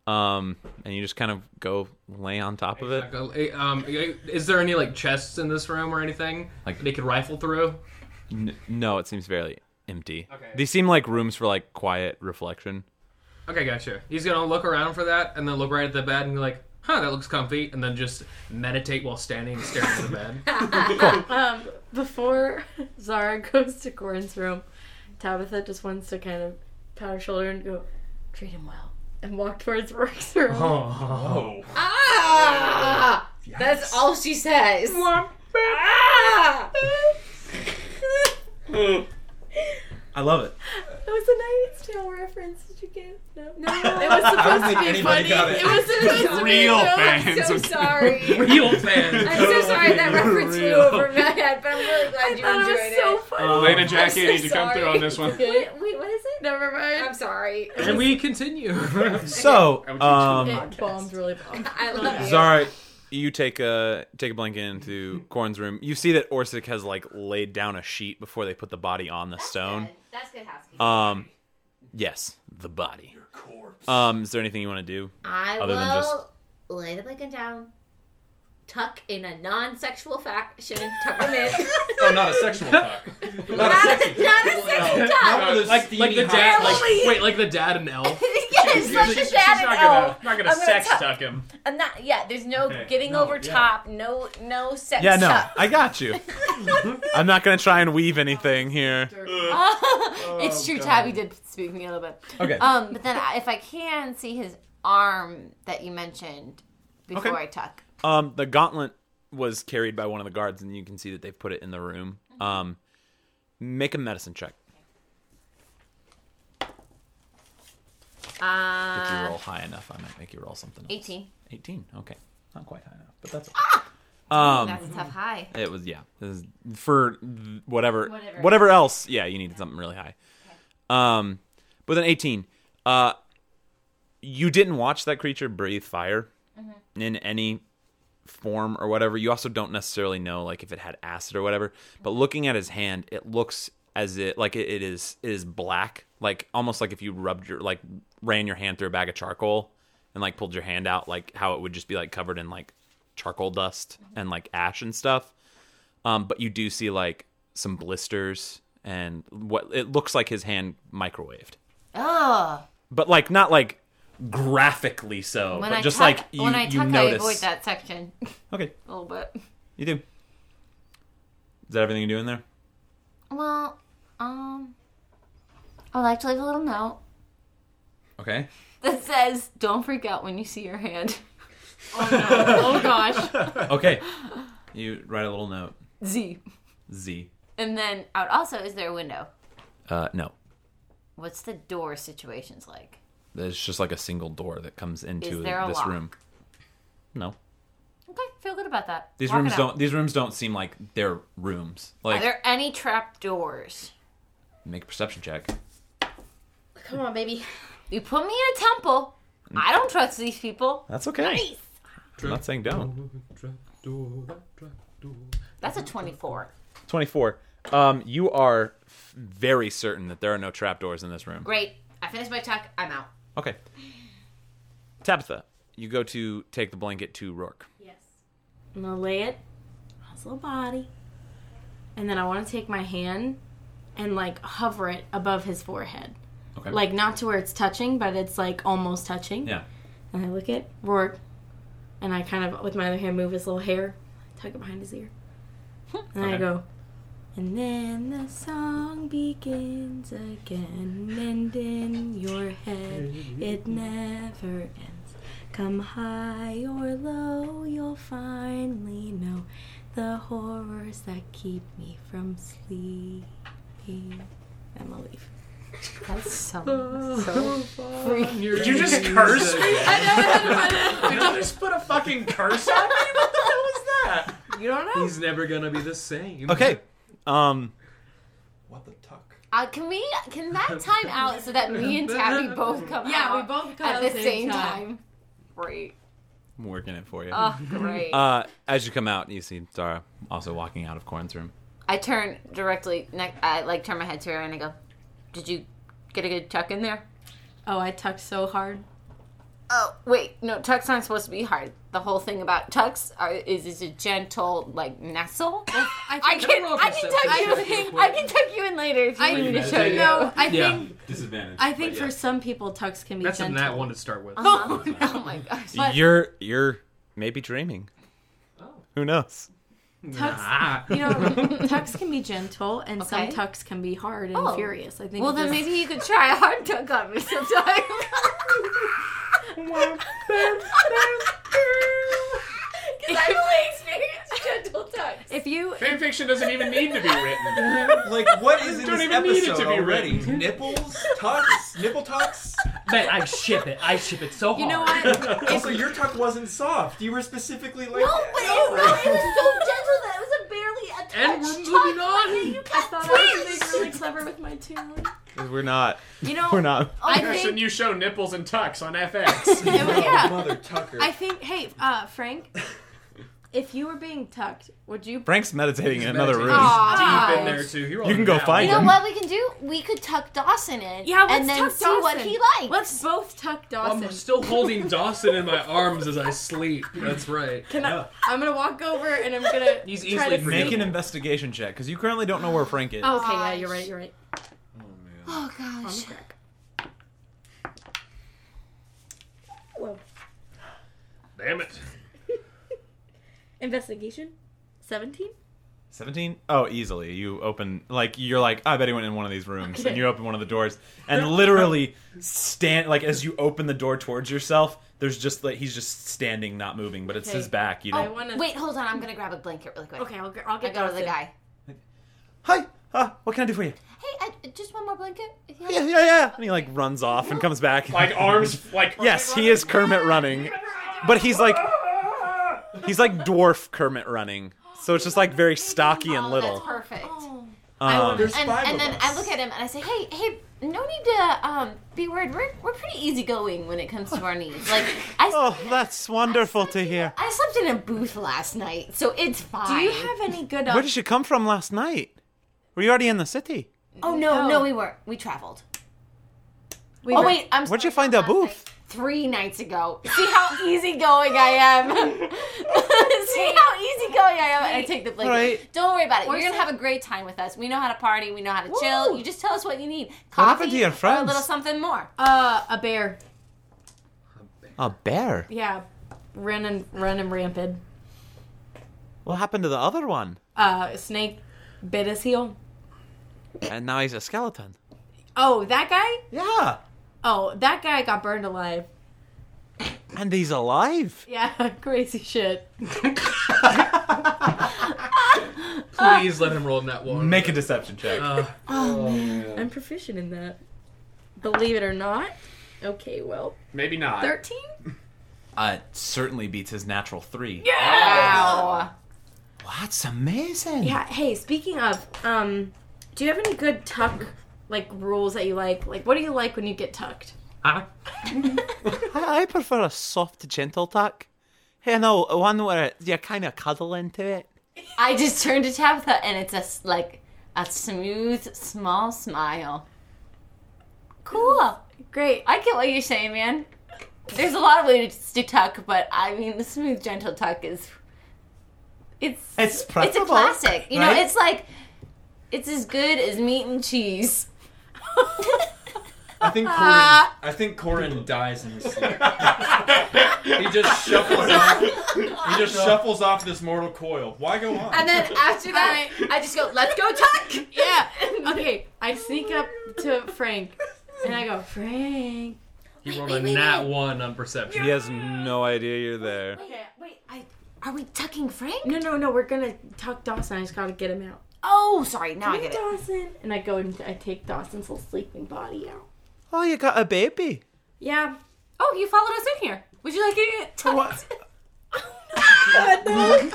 S3: Um and you just kind of go lay on top of it.
S11: sleep. Um, is there any like chests in this room or anything like they could rifle through?
S3: N- no, it seems fairly empty.
S11: Okay.
S3: These seem like rooms for like quiet reflection.
S11: Okay, gotcha. He's gonna look around for that and then look right at the bed and be like, "Huh, that looks comfy," and then just meditate while standing and staring at the bed.
S5: um, before Zara goes to Corin's room, Tabitha just wants to kind of pat her shoulder and go, "Treat him well," and walk towards Rourke's room.
S11: Oh.
S12: Ah! That's all she says. Ah!
S7: I love it.
S5: That was a Night's Tale reference. Did you get? No, no, it was supposed to be funny. It. was supposed to be
S12: Real
S5: no,
S12: fans,
S5: I'm so
S12: okay.
S5: sorry.
S11: Real fans.
S12: I'm so sorry that reference flew
S11: Real.
S12: over my head, but I'm really glad you
S5: thought it
S12: enjoyed
S5: was
S12: it.
S5: so
S11: funny.
S6: Uh, Lena
S12: I'm
S6: Jackie,
S12: so
S6: need to come through
S12: sorry.
S6: on this one.
S12: Wait, wait, what is it?
S5: Never mind.
S12: I'm sorry.
S11: and we continue.
S3: So, um,
S5: it bombed really bombed.
S12: I love you.
S3: Zara, you take a take a blanket into Corn's room. You see that Orsic has like laid down a sheet before they put the body on the stone.
S12: That's good housekeeping.
S3: Um, yes, the body. Your corpse. Um, is there anything you want to do
S12: I
S3: other
S12: will
S3: than just
S12: lay the blanket down, tuck in a non-sexual fashion, tuck them in.
S10: Oh, not a sexual talk.
S12: not, a sexy, not a sexy tuck.
S11: like, like the dad, like, wait, like the dad and elf.
S12: yes, like the dad and elf.
S11: not
S12: I'm gonna tuck-
S11: him.
S12: I'm not. Yeah, there's no
S3: Okay,
S12: getting
S3: no,
S12: over
S3: yeah.
S12: top. No, no sex.
S3: Yeah, no,
S12: tuck.
S3: I got you. I'm not gonna try and weave anything here.
S11: Oh,
S9: it's true, Tabby did speak me a little bit.
S3: Okay.
S12: Uh,
S9: Um, but then I- if I can see his arm that you mentioned before
S3: Okay.
S9: I tuck.
S3: Um, the gauntlet was carried by one of the guards, and you can see that they've put it in the room. Um, make a medicine check.
S9: Um,
S3: If you
S12: Uh,
S3: roll high enough, I might make you roll something.
S9: E
S3: Else.
S12: 18.
S3: 18. Okay, not quite high enough, but that's.
S12: Ah!
S3: Um,
S12: That's a tough high.
S3: It was yeah. This is for th- whatever
S12: Whatever.
S3: whatever, else. Yeah, you needed something really high. Um, but then 18. Uh, you didn't watch that creature breathe fire
S9: Mhm.
S3: in any form or whatever. You also don't necessarily know like if it had acid or whatever. But looking at his hand, it looks as it like it, it is it is black, like almost like if you rubbed your like ran your hand through a bag of charcoal and like pulled your hand out, like how it would just be like covered in like charcoal dust and like ash and stuff. Um, but you do see like some blisters and what it looks like his hand microwaved
S9: Oh.
S3: but like not like graphically so,
S9: When
S3: but
S9: I
S3: just
S9: tuck,
S3: like you,
S9: when I
S3: you
S9: tuck, I
S3: notice.
S9: avoid that section.
S3: Okay.
S9: a little bit.
S3: You do. Is that everything you do in there?
S9: Well, um, I would like to leave a little note
S3: Okay.
S9: that says, "Don't freak out when you see your hand."
S5: Oh gosh.
S3: Okay. You write a little note.
S9: Z.
S3: Z.
S9: And then out also is there a window?
S3: Uh, no.
S9: What's the door situations like?
S3: There's just like a single door that comes into
S9: Is there a
S3: this
S9: lock?
S3: room. No.
S9: Okay, feel good about that.
S3: These
S9: Walk it
S3: rooms
S9: out.
S3: don't. These rooms don't seem like they're rooms.
S9: Are
S3: Like
S9: there any trap doors?
S3: make a perception check.
S9: Come on, baby. You put me in a temple. I don't trust these people.
S3: That's okay.
S9: Nice.
S3: I'm not saying don't.
S9: That's a twenty-four.
S3: Twenty-four. Um, you are f- very certain that there are no trapdoors in this room.
S9: Great. I finished my tuck. I'm out.
S3: Okay. Tabitha, you go to take the blanket to Rourke.
S5: I'm gonna lay it on his little body, and then I want to take my hand and like hover it above his forehead,
S3: Okay.
S5: like not to where it's touching, but it's like almost touching.
S3: Yeah.
S5: And I look at Rourke, and I kind of with my other hand move his little hair, tuck it behind his ear, and I
S4: Okay.
S5: go. And then the song begins again, and in your head it never ends. Come high or low, you'll finally know the horrors that keep me from sleeping. I'm gonna leave.
S13: That's so, so freaking.
S2: Did you just curse me? Did you just put a fucking curse on me? What the hell was that?
S13: You don't know.
S11: He's never gonna be the same.
S3: Okay. Um.
S12: Uh, can we? Can that time out so that me and Tabby both come
S5: Yeah,
S12: out?
S5: we both come
S12: at
S5: out
S12: the
S5: at the same time.
S12: Great.
S3: I'm working it for you.
S12: Oh, great.
S3: Uh, as you come out, you see Zara also walking out of Corn's room.
S12: I turn directly. Ne- I like turn my head to her and I go, "Did you get a good tuck in there?"
S5: Oh, I tucked so hard.
S12: Oh wait, no, tucks aren't supposed to be hard. The whole thing about tucks are, is it's a gentle like nestle. I, can
S5: roll a
S12: I can
S5: perception
S12: tuck
S5: check
S12: you
S5: real
S12: in.
S5: quick.
S12: I can tuck you in later if you
S5: I-
S12: want me to
S5: you
S12: show you.
S5: know, I Yeah. think-
S3: Disadvantage.
S5: I think for some people, tucks can be
S11: That's a
S5: gentle.
S11: nat one to start with.
S5: Oh,
S12: oh my gosh.
S5: But
S3: you're you're maybe dreaming. Who knows?
S5: tucks, you know, tucks can be gentle, and some
S12: Okay.
S5: tucks can be hard and
S12: Oh.
S5: furious. I think.
S12: Well,
S5: it
S12: then
S5: just-
S12: maybe you could try a hard tuck on me sometime.
S2: Because
S12: I've only experienced gentle tucks.
S5: If you
S2: fanfiction doesn't even need to be written.
S10: like what is in
S2: Don't
S10: this
S2: even need it
S10: episode
S2: to be
S10: already?
S2: written.
S10: Nipples, tucks, nipple tucks.
S14: Man, I ship it. I ship it so hard.
S10: You know
S14: what?
S10: Also, your tuck wasn't soft. You were specifically like.
S12: No, but it, was, it was so gentle that it was a barely a touch.
S10: And we're
S12: moving
S10: on.
S12: You got
S5: I thought I was
S12: twins.
S5: being really clever with my tune.
S3: We're not.
S5: You know,
S3: we're not.
S12: Oh.
S5: I
S2: Gosh,
S5: think-
S2: shouldn't you show nipples and tucks on FX?
S3: Mother Tucker.
S5: I think. Hey, uh, Frank, if you were being tucked, would you?
S3: Frank's meditating in another room.
S12: Aw. Deep in
S11: there, too.
S3: You can go find
S12: Ah. You know
S3: him.
S12: what we can do? We could tuck Dawson in.
S5: Yeah, let's
S12: and then
S5: tuck
S12: see what
S5: Dawson.
S12: he likes.
S5: Let's both tuck Dawson.
S11: I'm still holding Dawson in my arms as I sleep. That's right.
S5: Can I, I'm gonna walk over and I'm gonna.
S11: He's
S5: try to
S3: Make
S5: see-
S3: an investigation check because you currently don't know where Frank is.
S5: Oh, okay, yeah, you're right. You're right.
S12: Oh gosh.
S11: Damn it.
S5: Investigation, seventeen.
S3: 17? Oh, easily. You open, like, you're like, I bet he went in one of these rooms.
S5: Okay.
S3: And you open one of the doors. And literally, stand, like, as you open the door towards yourself, there's just, like, he's just standing, not moving, but it's his back. You know?
S12: Wait, hold on. I'm gonna grab a blanket really quick. Okay,
S5: Oh, I'll, I'll
S12: get go to the guy.
S3: Hi! Uh, what can I do for you?
S12: Hey, I, just one more blanket. If you
S3: Yeah, yeah, yeah. And he, like, runs off and comes back.
S2: Like oh, arms- like Kermit
S3: yes, he is Kermit running. But he's like, he's like dwarf Kermit running. So it's just, like, very stocky and little.
S12: That's perfect. Oh.
S3: Um,
S12: and, and then I look at him and I say, "Hey, hey, no need to um, be worried. We're, we're pretty easygoing when it comes to our needs. Like I,
S3: oh, that's wonderful to hear.
S12: I slept in a booth last night, so it's fine."
S5: Do you have any good? uh,
S3: Where did you come from last night? Were you already in the city?
S12: Oh no, no, we weren't. We traveled.
S3: We
S12: oh
S3: were-
S12: wait, I'm
S3: Where'd you find that booth?
S12: three nights ago. See how easygoing I am. See how easygoing I am. And I take the blanket.
S3: Alright.
S12: Don't worry about it.
S5: Or
S12: You're gonna have a great time with us. We know how to party. We know how to chill. You just tell us what you need. Coffee
S3: What happened to your
S12: or a
S3: friends?
S12: little something more.
S5: Uh, a bear.
S3: A bear.
S5: Yeah, run and run and rampant.
S3: What happened to the other one?
S5: Uh, snake bit his heel.
S3: And now he's a skeleton.
S5: Oh, that guy?
S3: Yeah.
S5: Oh, that guy got burned alive.
S3: And he's alive.
S5: Yeah, crazy shit.
S11: Please let him roll in that one.
S3: Make a deception check.
S10: Uh,
S5: Oh, man. I'm proficient in that. Believe it or not. Okay, well,
S2: Maybe not.
S5: 13?
S3: Uh, it certainly beats his natural three.
S2: Ah.
S5: Yeah!
S3: Wow, that's amazing.
S5: Yeah, hey, speaking of, um, do you have any good tuck, like, rules that you like? Like, what do you like when you get tucked?
S3: I, I prefer a soft, gentle tuck. You know, one where you kind of cuddle into it.
S12: I just turned to Tabitha and it's a s- like a smooth, small smile. Cool.
S5: Great.
S12: I get what you're saying, man. There's a lot of ways to tuck, but I mean the smooth, gentle tuck is it's
S3: It's
S12: it's a
S3: preferable,
S12: classic. You know,
S3: right?
S12: it's like it's as good as meat and cheese.
S10: I think Corin. I think Corin dies in his sleep. he just shuffles. off, he just shuffles off this mortal coil. Why go on?
S12: And then after that, I just go, let's go tuck!
S5: Yeah! Okay, I sneak up to Frank, and I go, Frank.
S11: He rolled a nat one on perception.
S3: He has no idea you're there.
S5: Okay, wait, I.
S12: Are we tucking Frank?
S5: No, no, no, we're gonna tuck Dawson. I just gotta get him out.
S9: Oh, sorry. Now
S5: Come
S9: I get
S5: here,
S9: it.
S5: Dawson. And I go and I take Dawson's little sleeping body out.
S3: Oh, you got a baby.
S5: Yeah.
S12: Oh, you followed us in here. Would you like it? What?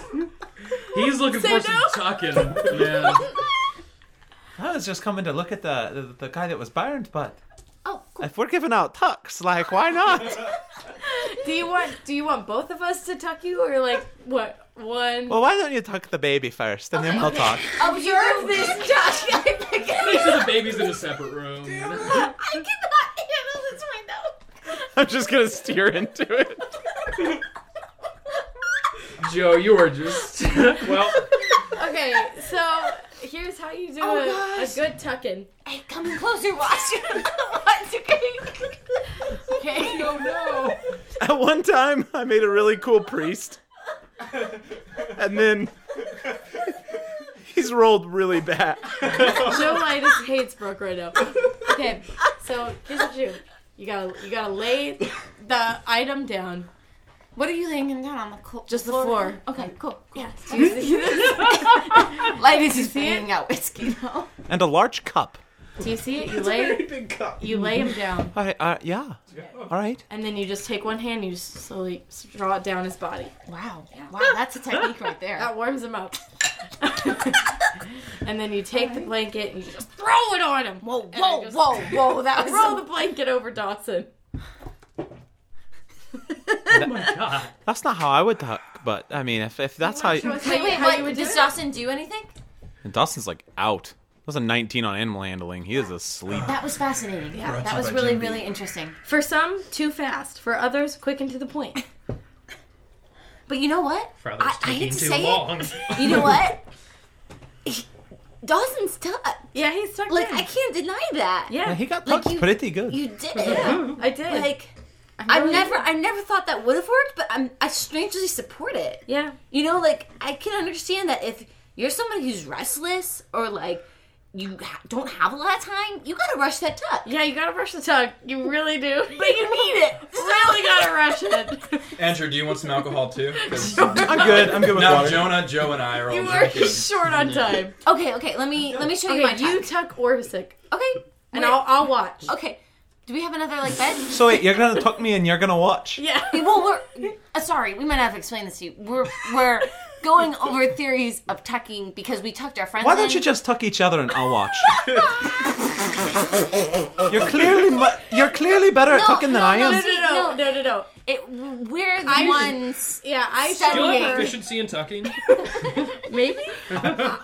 S11: He's looking
S5: Say
S11: for some tucking. Yeah.
S7: I was just coming to look at the the, the guy that was burned, but
S5: Oh,
S7: if we're giving out tucks, like why not?
S5: do you want do you want both of us to tuck you or like what one?
S9: Oh.
S3: well, why don't you tuck the baby first, and then we'll talk.
S5: Observe this, Josh.
S11: These are the babies in a separate room.
S9: I cannot handle this right now.
S3: I'm just gonna steer into it.
S11: Joe, you are just well.
S5: Okay, so here's how you do
S9: Oh,
S5: a, a
S9: gosh.
S5: good tucking.
S9: Hey, come in closer, watch. watch, okay? Okay.
S11: No, no.
S3: At one time, I made a really cool priest, and then he's rolled really bad.
S5: Joe Lightus hates Brooke right now. Okay, so here's what you do. You gotta you gotta lay the item down.
S9: What are you laying him down on the cool?
S5: Just the floor.
S9: Okay, cool. cool.
S5: Yes.
S9: Ladies is bringing out whiskey now.
S3: And a large cup.
S5: Do you see it? You lay You lay him down.
S3: All right, uh, yeah. All right.
S5: And then you just take one hand and you just slowly s- draw it down his body.
S9: Wow. Wow, that's a technique right there.
S5: That warms him up. and then you take the blanket and you just throw it on him. Whoa,
S9: whoa, whoa, whoa, that was
S5: Roll
S9: some-
S5: the blanket over Dawson.
S3: That's not how I would tuck, but I mean, if, if that's how. You...
S9: Wait, wait,
S5: How you
S9: what?
S5: would
S9: Does
S5: do it?
S9: Dawson do anything?
S3: And Dawson's like out. That was a 19 on animal handling. He is asleep.
S9: That was fascinating.
S5: Yeah.
S9: that was really, really interesting.
S5: For some, too fast. For others, quick and to the point.
S9: But you know what?
S11: Brother's
S9: I
S11: taking
S9: hate to
S11: too
S9: say it.
S11: long.
S9: You know what? He- Dawson's tough.
S5: Yeah, he's tough.
S9: Like I can't deny that.
S3: Yeah, he got
S9: Like,
S3: tucked pretty good.
S9: You did it.
S5: I did.
S9: Like
S5: I
S9: I
S5: really-
S9: never, I never thought that would have worked, but I'm, I strangely support it.
S5: Yeah.
S9: You know, like I can understand that if you're somebody who's restless or like you ha- don't have a lot of time, you gotta rush that tuck.
S5: Yeah, you gotta rush the tuck. You really do.
S9: But you need it.
S5: really gotta rush it.
S10: Andrew, do you want some alcohol too? 'Cause-
S3: I'm good. I'm good with
S10: now
S3: water.
S10: Jonah, Joe, and I are all
S5: You are
S10: drinking.
S5: short on time.
S9: Okay, okay. Let me let me show you my
S5: Okay, you tuck Orvisic.
S9: Okay.
S5: And I'll, I'll watch.
S9: Okay. Do we have another like bed?
S3: So wait, you're gonna tuck me and you're gonna watch.
S5: Yeah.
S9: Well, we're uh, sorry. We might have explained this to you. We're we're going over theories of tucking because we tucked our friends.
S3: Why don't
S9: in.
S3: you just tuck each other and I'll watch? you're clearly mu- you're clearly better at tucking than I
S5: No,
S3: am.
S5: no, no, no, no, no, no.
S9: It, we're the
S5: I-
S9: ones.
S5: Yeah, I
S11: Do you like
S5: studied.
S11: efficiency in tucking?
S5: Maybe?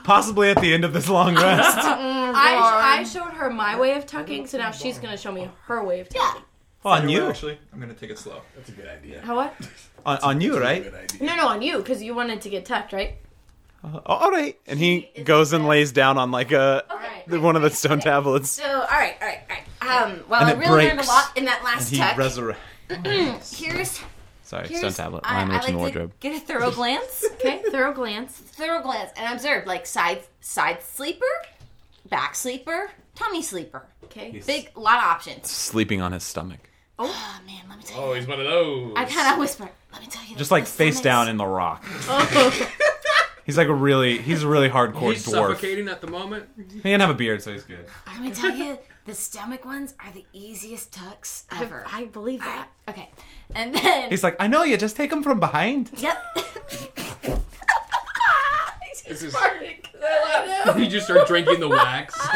S3: Possibly at the end of this long rest.
S5: I, I showed her my way of tucking, so now she's gonna show me her way of tucking.
S3: on you,
S10: Actually, I'm gonna take it slow. That's a good idea.
S5: How what?
S3: on, on you, right?
S5: No, no, on you, because you wanted to get tucked, right?
S3: Uh, all right. And he goes and lays down on like a one of the stone tablets,
S9: So all right, all right, all right. Um, well,
S3: And
S9: I
S3: it
S9: really learned a
S3: breaks.
S9: lot in that
S3: and
S9: last
S3: he
S9: tuck.
S3: resurrects.
S9: Here's
S3: Sorry,
S9: here's
S3: stone tablet.
S9: I, I
S3: Lion Witch
S9: like
S3: in the
S9: to
S3: wardrobe.
S9: Get a thorough glance.
S5: Okay, thorough glance.
S9: thorough glance and observe like side side sleeper, back sleeper, tummy sleeper.
S5: Okay.
S9: Big lot of options.
S3: Sleeping on his stomach,
S9: Oh man, let me tell you.
S11: Oh, he's one of those.
S9: I kind of whisper. Let me tell you.
S3: just like face down in the rock. He's like a really he's a really hardcore
S11: He's
S3: dwarf.
S11: suffocating at the moment.
S3: He didn't have a beard, so he's good.
S9: Let me tell you, the stomach ones are the easiest tucks ever.
S5: I believe that.
S9: okay, and then
S3: He's like, I know you. Just take him from behind.
S9: yep.
S11: This is-
S5: I
S11: You just start drinking the wax.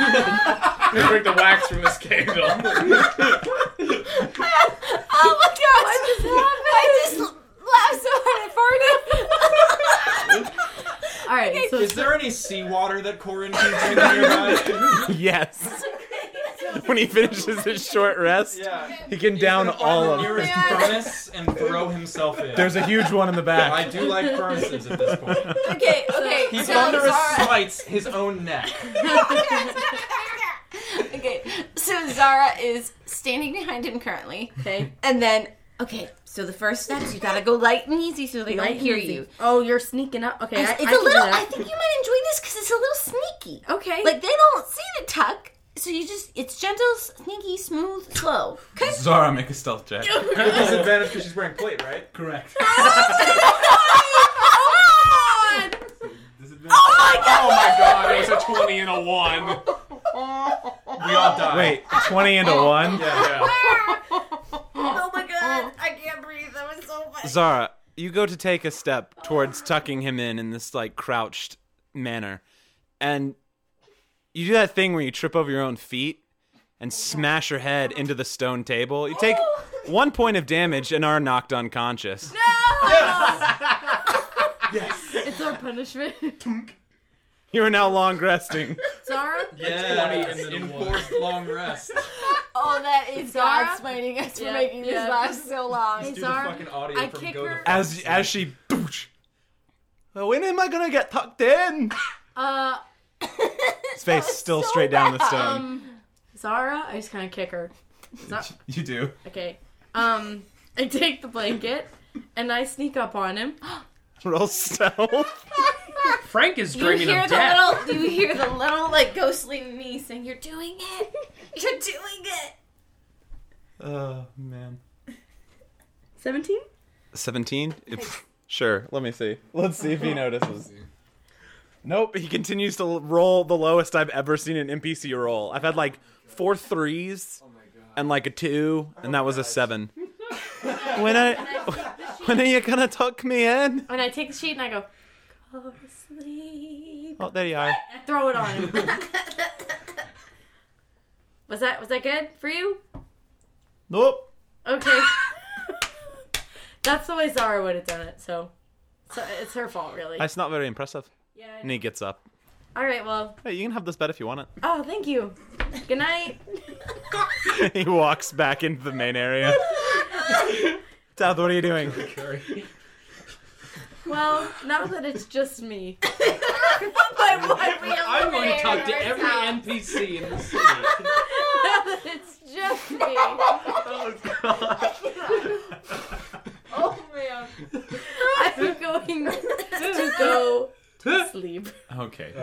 S11: drink the wax from this candle.
S9: Oh my god! What just happened? I just laughed so hard at Fargo.
S5: All right, so
S10: Is there any seawater that Corin can drink nearby?
S3: Yes. When he finishes his short rest,
S10: yeah.
S3: he can down all
S10: Find the
S3: of.
S10: nearest furnace and throw himself in.
S3: There's a huge one in the
S10: I
S3: back.
S10: do like furnaces at this point.
S9: okay, okay.
S10: He
S9: so-
S10: thunderous
S9: Zara-
S10: slights his own neck.
S9: okay, so Zara is standing behind him currently.
S5: okay,
S9: And then, okay, so the first steps you gotta go light and easy so they don't hear you.
S5: Oh, you're sneaking up. Okay,
S9: It's,
S5: I,
S9: it's
S5: I
S9: a
S5: can do
S9: little. I
S5: that.
S9: think you might enjoy this because it's a little sneaky.
S5: Okay.
S9: Like they don't see the tuck, so you just it's gentle, sneaky, smooth, slow. Okay.
S3: Zara, make a stealth check.
S10: With disadvantage because she's wearing plate, right?
S3: Correct.
S9: oh my god!
S10: Oh my god, it was such
S2: 20 and a 1.
S10: We all die.
S7: Wait, 20 and a 1?
S12: Oh my god, I can't breathe. That was so funny.
S3: Zara, you go to take a step towards tucking him in in this like crouched manner, and you do that thing where you trip over your own feet and smash your head into the stone table. You take one point of damage and are knocked unconscious.
S5: It's our punishment.
S3: You are now long resting.
S5: Zara?
S10: Yes. Enforced long rest.
S12: Oh, that is
S5: Zara?
S12: God smiting us
S5: Yeah,
S12: for making this
S5: yeah.
S12: last so long.
S5: Hey,
S10: Do the fucking audio
S5: I
S10: from
S5: kick
S10: Go
S5: her.
S10: the
S3: As as she, boosh. Well, when am I gonna get tucked in?
S5: Uh,
S3: His face still straight down the stone.
S5: um, Zara, I just kind of kick her. Zara,
S3: you do.
S5: okay. Um, I take the blanket and I sneak up on him.
S3: Roll stealth.
S11: Frank is
S12: You
S11: dreaming
S12: hear
S11: of
S12: the
S11: death.
S12: little, you hear the little like ghostly me saying, "You're doing it. You're doing it."
S3: Oh man.
S5: 17?
S3: 17? Sure. Let me see. Let's see if he notices. Nope. He continues to l- roll the lowest I've ever seen an NPC roll. I've had like four threes and like a two, and that was a seven. when I when are you gonna tuck me in?
S5: And I take the sheet and I go, go to sleep.
S3: Oh, there you are.
S5: Throw it on him. was that was that good for you?
S3: Nope.
S5: Okay. That's the way Zara would have done it. So, so it's her fault, really.
S3: That's not very impressive.
S5: Yeah, I
S3: And he gets up.
S5: All right. Well.
S3: Hey, you can have this bed if you want it.
S5: Oh, thank you. Good night.
S3: he walks back into the main area. South, what are you doing?
S5: Well, now that it's just me.
S12: my one real
S11: I'm going to talk to every
S12: now
S11: NPC in the city.
S12: that it's just me. oh man.
S5: Oh, I'm going to go to sleep.
S3: Okay.
S5: Oh,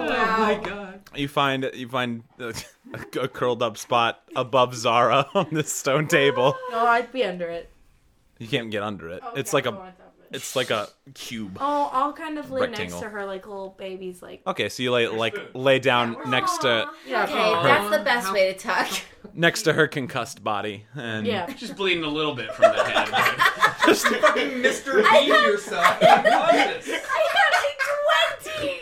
S5: wow.
S11: my god.
S3: You find you find a, a curled up spot above Zara on this stone table.
S5: No, I'd be under it.
S3: You can't get under it.
S5: Okay,
S3: it's like
S5: I'll go
S3: a
S5: on top
S3: it's like a cube.
S5: Oh, I'll kind of lay
S3: Rectangle.
S5: next to her like little babies, like.
S3: Okay, so you lay like lay down next to
S5: Yeah,
S12: Okay,
S3: Aw.
S12: that's the best way to talk.
S3: next to her concussed body and
S5: Yeah.
S11: Just bleeding a little bit from the head.
S3: just
S10: fucking Mr.
S12: I
S10: Bean
S12: have-
S10: yourself. What is
S12: I have like 20!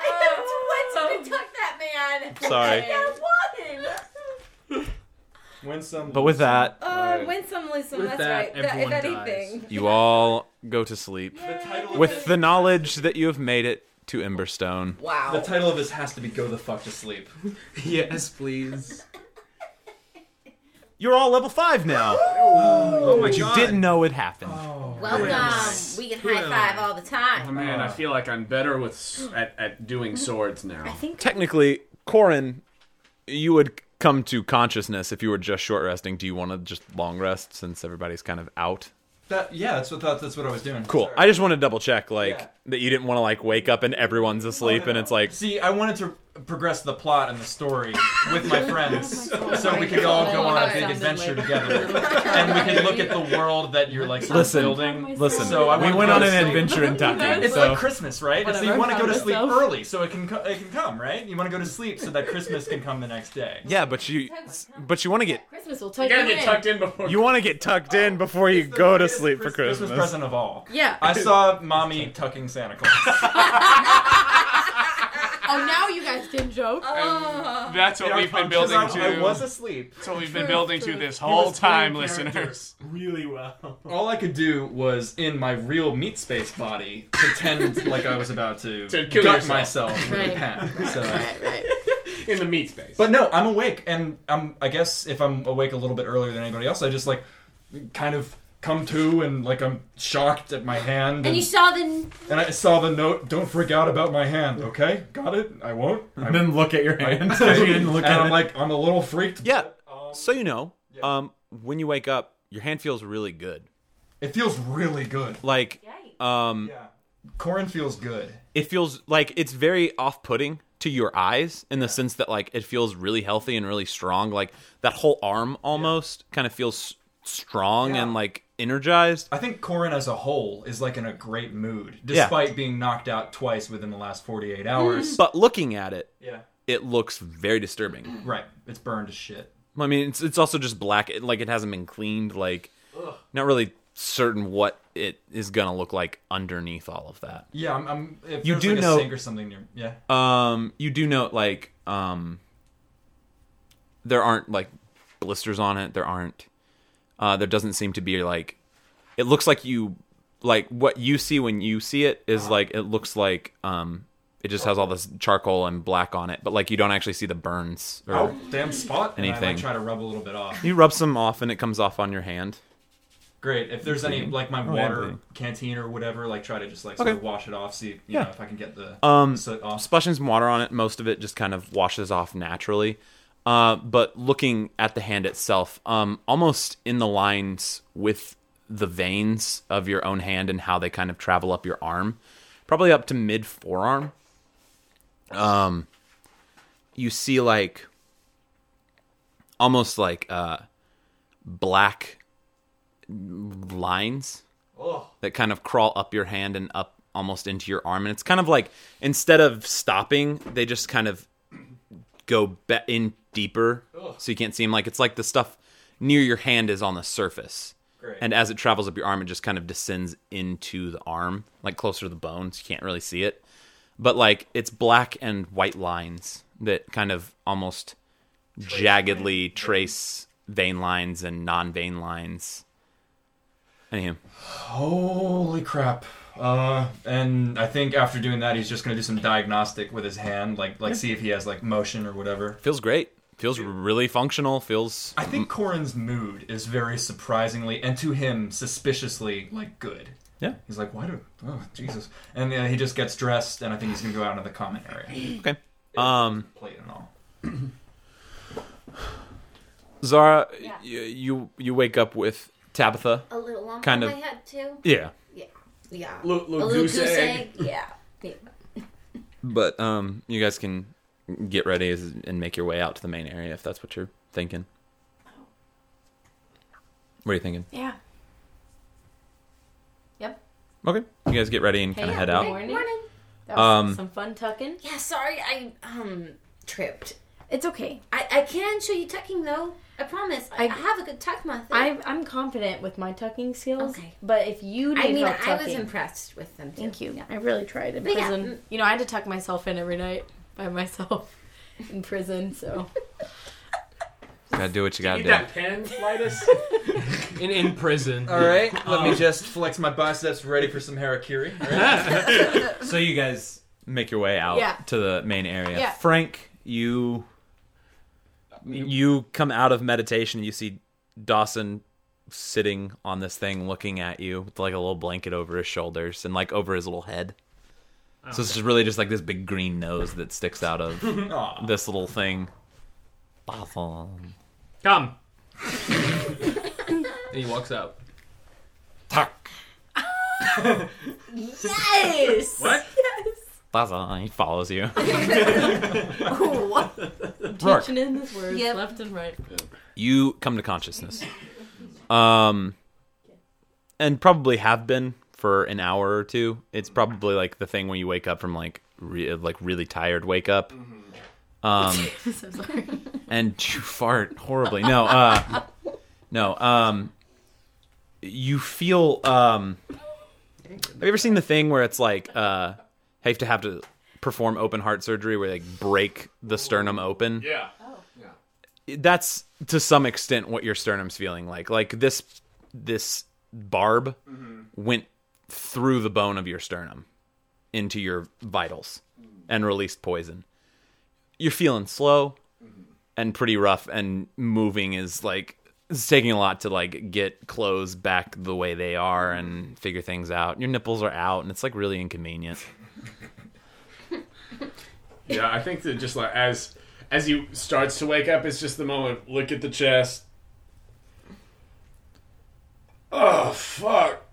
S12: I have 20 to tuck that man!
S3: Sorry.
S12: I got one!
S10: Win some.
S3: But with that,
S12: Oh, win some, lose some,
S10: With
S12: that's
S10: that,
S12: right. That- if
S10: everyone
S12: anything.
S3: you all go to sleep with the knowledge that you have made it to Emberstone.
S12: Wow.
S10: The title of this has to be "Go the fuck to sleep."
S11: yes, please.
S3: You're all level five now.
S11: Oh my
S3: but you
S11: god.
S3: didn't know it happened.
S12: Welcome! We can high five all the time.
S11: Oh man, I feel like I'm better with s- at, at doing swords now.
S3: Technically, Corin, you would come to consciousness if you were just short resting. Do you want to just long rest since everybody's kind of out?
S10: That yeah, that's what that's what I was doing.
S3: Cool. I just want to double check, like that you didn't want to like wake up and everyone's asleep, and it's like
S10: See, I wanted to progress the plot and the story with Oh my friends, so we could all go on a big adventure together, and we can look at the world that you're like sort of
S3: Listen,
S10: building.
S3: listen,
S10: So I
S3: we
S10: wanted to
S3: went
S10: go
S3: on
S10: to
S3: an
S10: sleep.
S3: adventure in Tucking,
S10: It's
S3: so-
S10: like Christmas, right? so
S3: Whatever,
S10: you want to go
S3: found
S10: to sleep
S3: myself.
S10: early, so it can co- it can come, right? You want to go to sleep so that Christmas can come the next day.
S3: yeah, but you, but you want to get
S5: Christmas will tuck
S11: gotta
S5: you
S11: get
S5: in.
S11: tucked in before.
S3: you want to get tucked in before you go to sleep for
S10: Christmas present of all.
S5: Yeah.
S10: I saw mommy tucking Santa Claus.
S5: Oh, now you guys can joke.
S15: That's what
S10: Yeah,
S15: we've been
S10: 'cause
S15: building
S10: I-
S15: to.
S10: I was asleep.
S15: That's what we've
S10: True,
S15: been building to
S10: true.
S15: this
S10: He
S15: whole
S10: was playing
S15: time,
S10: character
S15: listeners.
S10: Really well. All I could do was in my real meat space body pretend like I was about to,
S11: To kill
S10: gut
S11: yourself.
S10: myself with a
S11: Right.
S10: pen. So.
S11: Right, in the meat space.
S10: But no, I'm awake, and I'm. I guess if I'm awake a little bit earlier than anybody else, I just like kind of come to and like I'm shocked at my hand.
S12: And you saw the.
S10: and I saw the note. Don't freak out about my hand, okay? Got it? I won't. I
S7: And then look at your hand.
S10: I-
S7: You didn't look
S10: and
S7: at
S10: I'm
S7: it.
S10: like, I'm a little freaked.
S3: Yeah. So you know, um, when you wake up, your hand feels really good.
S10: It feels really good.
S3: Like, um,
S10: Corin feels good.
S3: It feels like it's very off-putting to your eyes in the sense that like it feels really healthy and really strong. Like that whole arm almost kind of feels s- strong
S10: Yeah.
S3: and like energized.
S10: I think Corin as a whole is like in a great mood,
S3: Yeah.
S10: despite being knocked out twice within the last 48 hours.
S3: But looking at it,
S10: Mm. Yeah.
S3: it looks very disturbing.
S10: Right, it's burned as shit.
S3: I mean, it's it's also just black. It, like it hasn't been cleaned. Like
S10: Ugh.
S3: not really certain what it is gonna look like underneath all of that.
S10: Yeah, I'm. I'm it
S3: You
S10: feels
S3: do
S10: like
S3: know-
S10: a sink or something near. Yeah.
S3: Um, you do note like um, there aren't like blisters on it. There aren't. Uh, there doesn't seem to be like. It looks like you like what you see when you see it is like it looks like um it just has all this charcoal and black on it, but like you don't actually see the burns or
S10: Oh, damn spot. And I
S3: anything.
S10: might try to rub a little bit off.
S3: You rub some off and it comes off on your hand.
S10: Great. If there's any
S3: Clean.
S10: like my
S3: Oh,
S10: water
S3: yeah, clean.
S10: canteen or whatever, like try to just like sort
S3: Okay.
S10: of wash it off. See, you
S3: Yeah.
S10: know, if I can get the
S3: um
S10: soot off.
S3: splashing some water on it most of it just kind of washes off naturally uh, but looking at the hand itself um, almost in the lines with the veins of your own hand and how they kind of travel up your arm probably up to mid forearm um, you see like almost like uh, black lines
S10: Ugh.
S3: that kind of crawl up your hand and up almost into your arm and it's kind of like instead of stopping they just kind of go be- in deeper so you can't see them like it's like the stuff near your hand is on the surface
S10: Great.
S3: and as it travels up your arm it just kind of descends into the arm like closer to the bone so you can't really see it but like it's black and white lines that kind of almost jaggedly trace vein lines and non-vein lines Anywho.
S10: Holy crap. Uh, and I think after doing that, he's just gonna do some diagnostic with his hand, like like
S3: Yeah.
S10: see if he has like motion or whatever.
S3: Feels great. Feels really functional. Feels.
S10: I think Corin's mood is very surprisingly, and to him, suspiciously like good.
S3: Yeah.
S10: He's like, why do? Oh, Jesus! And uh, he just gets dressed, and I think he's gonna go out into the common area.
S3: Okay. Um.
S10: Plate and all.
S3: Zara, y- you you wake up with Tabitha.
S12: A little lump
S3: kind
S12: in
S3: of.
S12: my head too.
S3: Yeah,
S12: Yeah. Yeah.
S6: Little-
S12: a
S6: little
S12: little
S6: goose
S12: goose
S6: egg.
S12: egg. Yeah. yeah.
S3: but um, you guys can get ready as, and make your way out to the main area if that's what you're thinking. What are you thinking?
S5: Yeah.
S12: Yep.
S3: Okay, you guys get ready and kind of head out.
S5: Morning. That was
S3: Um,
S5: some fun tucking.
S12: Yeah. Sorry, I um tripped.
S5: It's okay.
S12: I I can show you tucking though. I promise. I, I
S5: I-
S12: have a good tuck method.
S5: I'm I'm confident with my tucking skills. But if you need
S12: I mean,
S5: help
S12: I was
S5: tucking-
S12: impressed with them. Too.
S5: Thank you. I really tried in
S12: But yeah,
S5: prison.
S12: mm.
S5: You know, I had to tuck myself in every night by myself in prison. So
S3: Gotta do what you gotta
S11: need
S3: do.
S11: that pen, Midas? in in prison.
S10: All right, let me just flex my biceps, ready for some harakiri. All right.
S3: so you guys make your way out
S10: Yeah.
S3: to the main area.
S10: Yeah.
S3: Frank, you you come out of meditation. You see Dawson sitting on this thing, looking at you with like a little blanket over his shoulders and like over his little head. So it's just really just like this big green nose that sticks out of
S11: Aw.
S3: this little thing. Dawson.
S11: Come. and he walks out.
S12: Yes.
S11: What?
S3: Dawson, he follows you. Rourke.
S5: teaching him his words left and right.
S3: you come to consciousness um and probably have been for an hour or two it's probably like the thing when you wake up from like re- like really tired wake up um
S5: I'm so sorry.
S3: and you fart horribly no uh no um you feel um have you ever seen the thing where it's like uh have to have to perform open heart surgery where they like, break the sternum open
S2: Yeah.
S3: that's to some extent what your sternum's feeling like. Like this this barb went through the bone of your sternum into your vitals and released poison. You're feeling slow and pretty rough and moving is like it's taking a lot to like get clothes back the way they are and figure things out. Your nipples are out and it's like really inconvenient.
S2: Yeah, I think that just like as as he starts to wake up, it's just the moment. of Look at the chest. Oh fuck!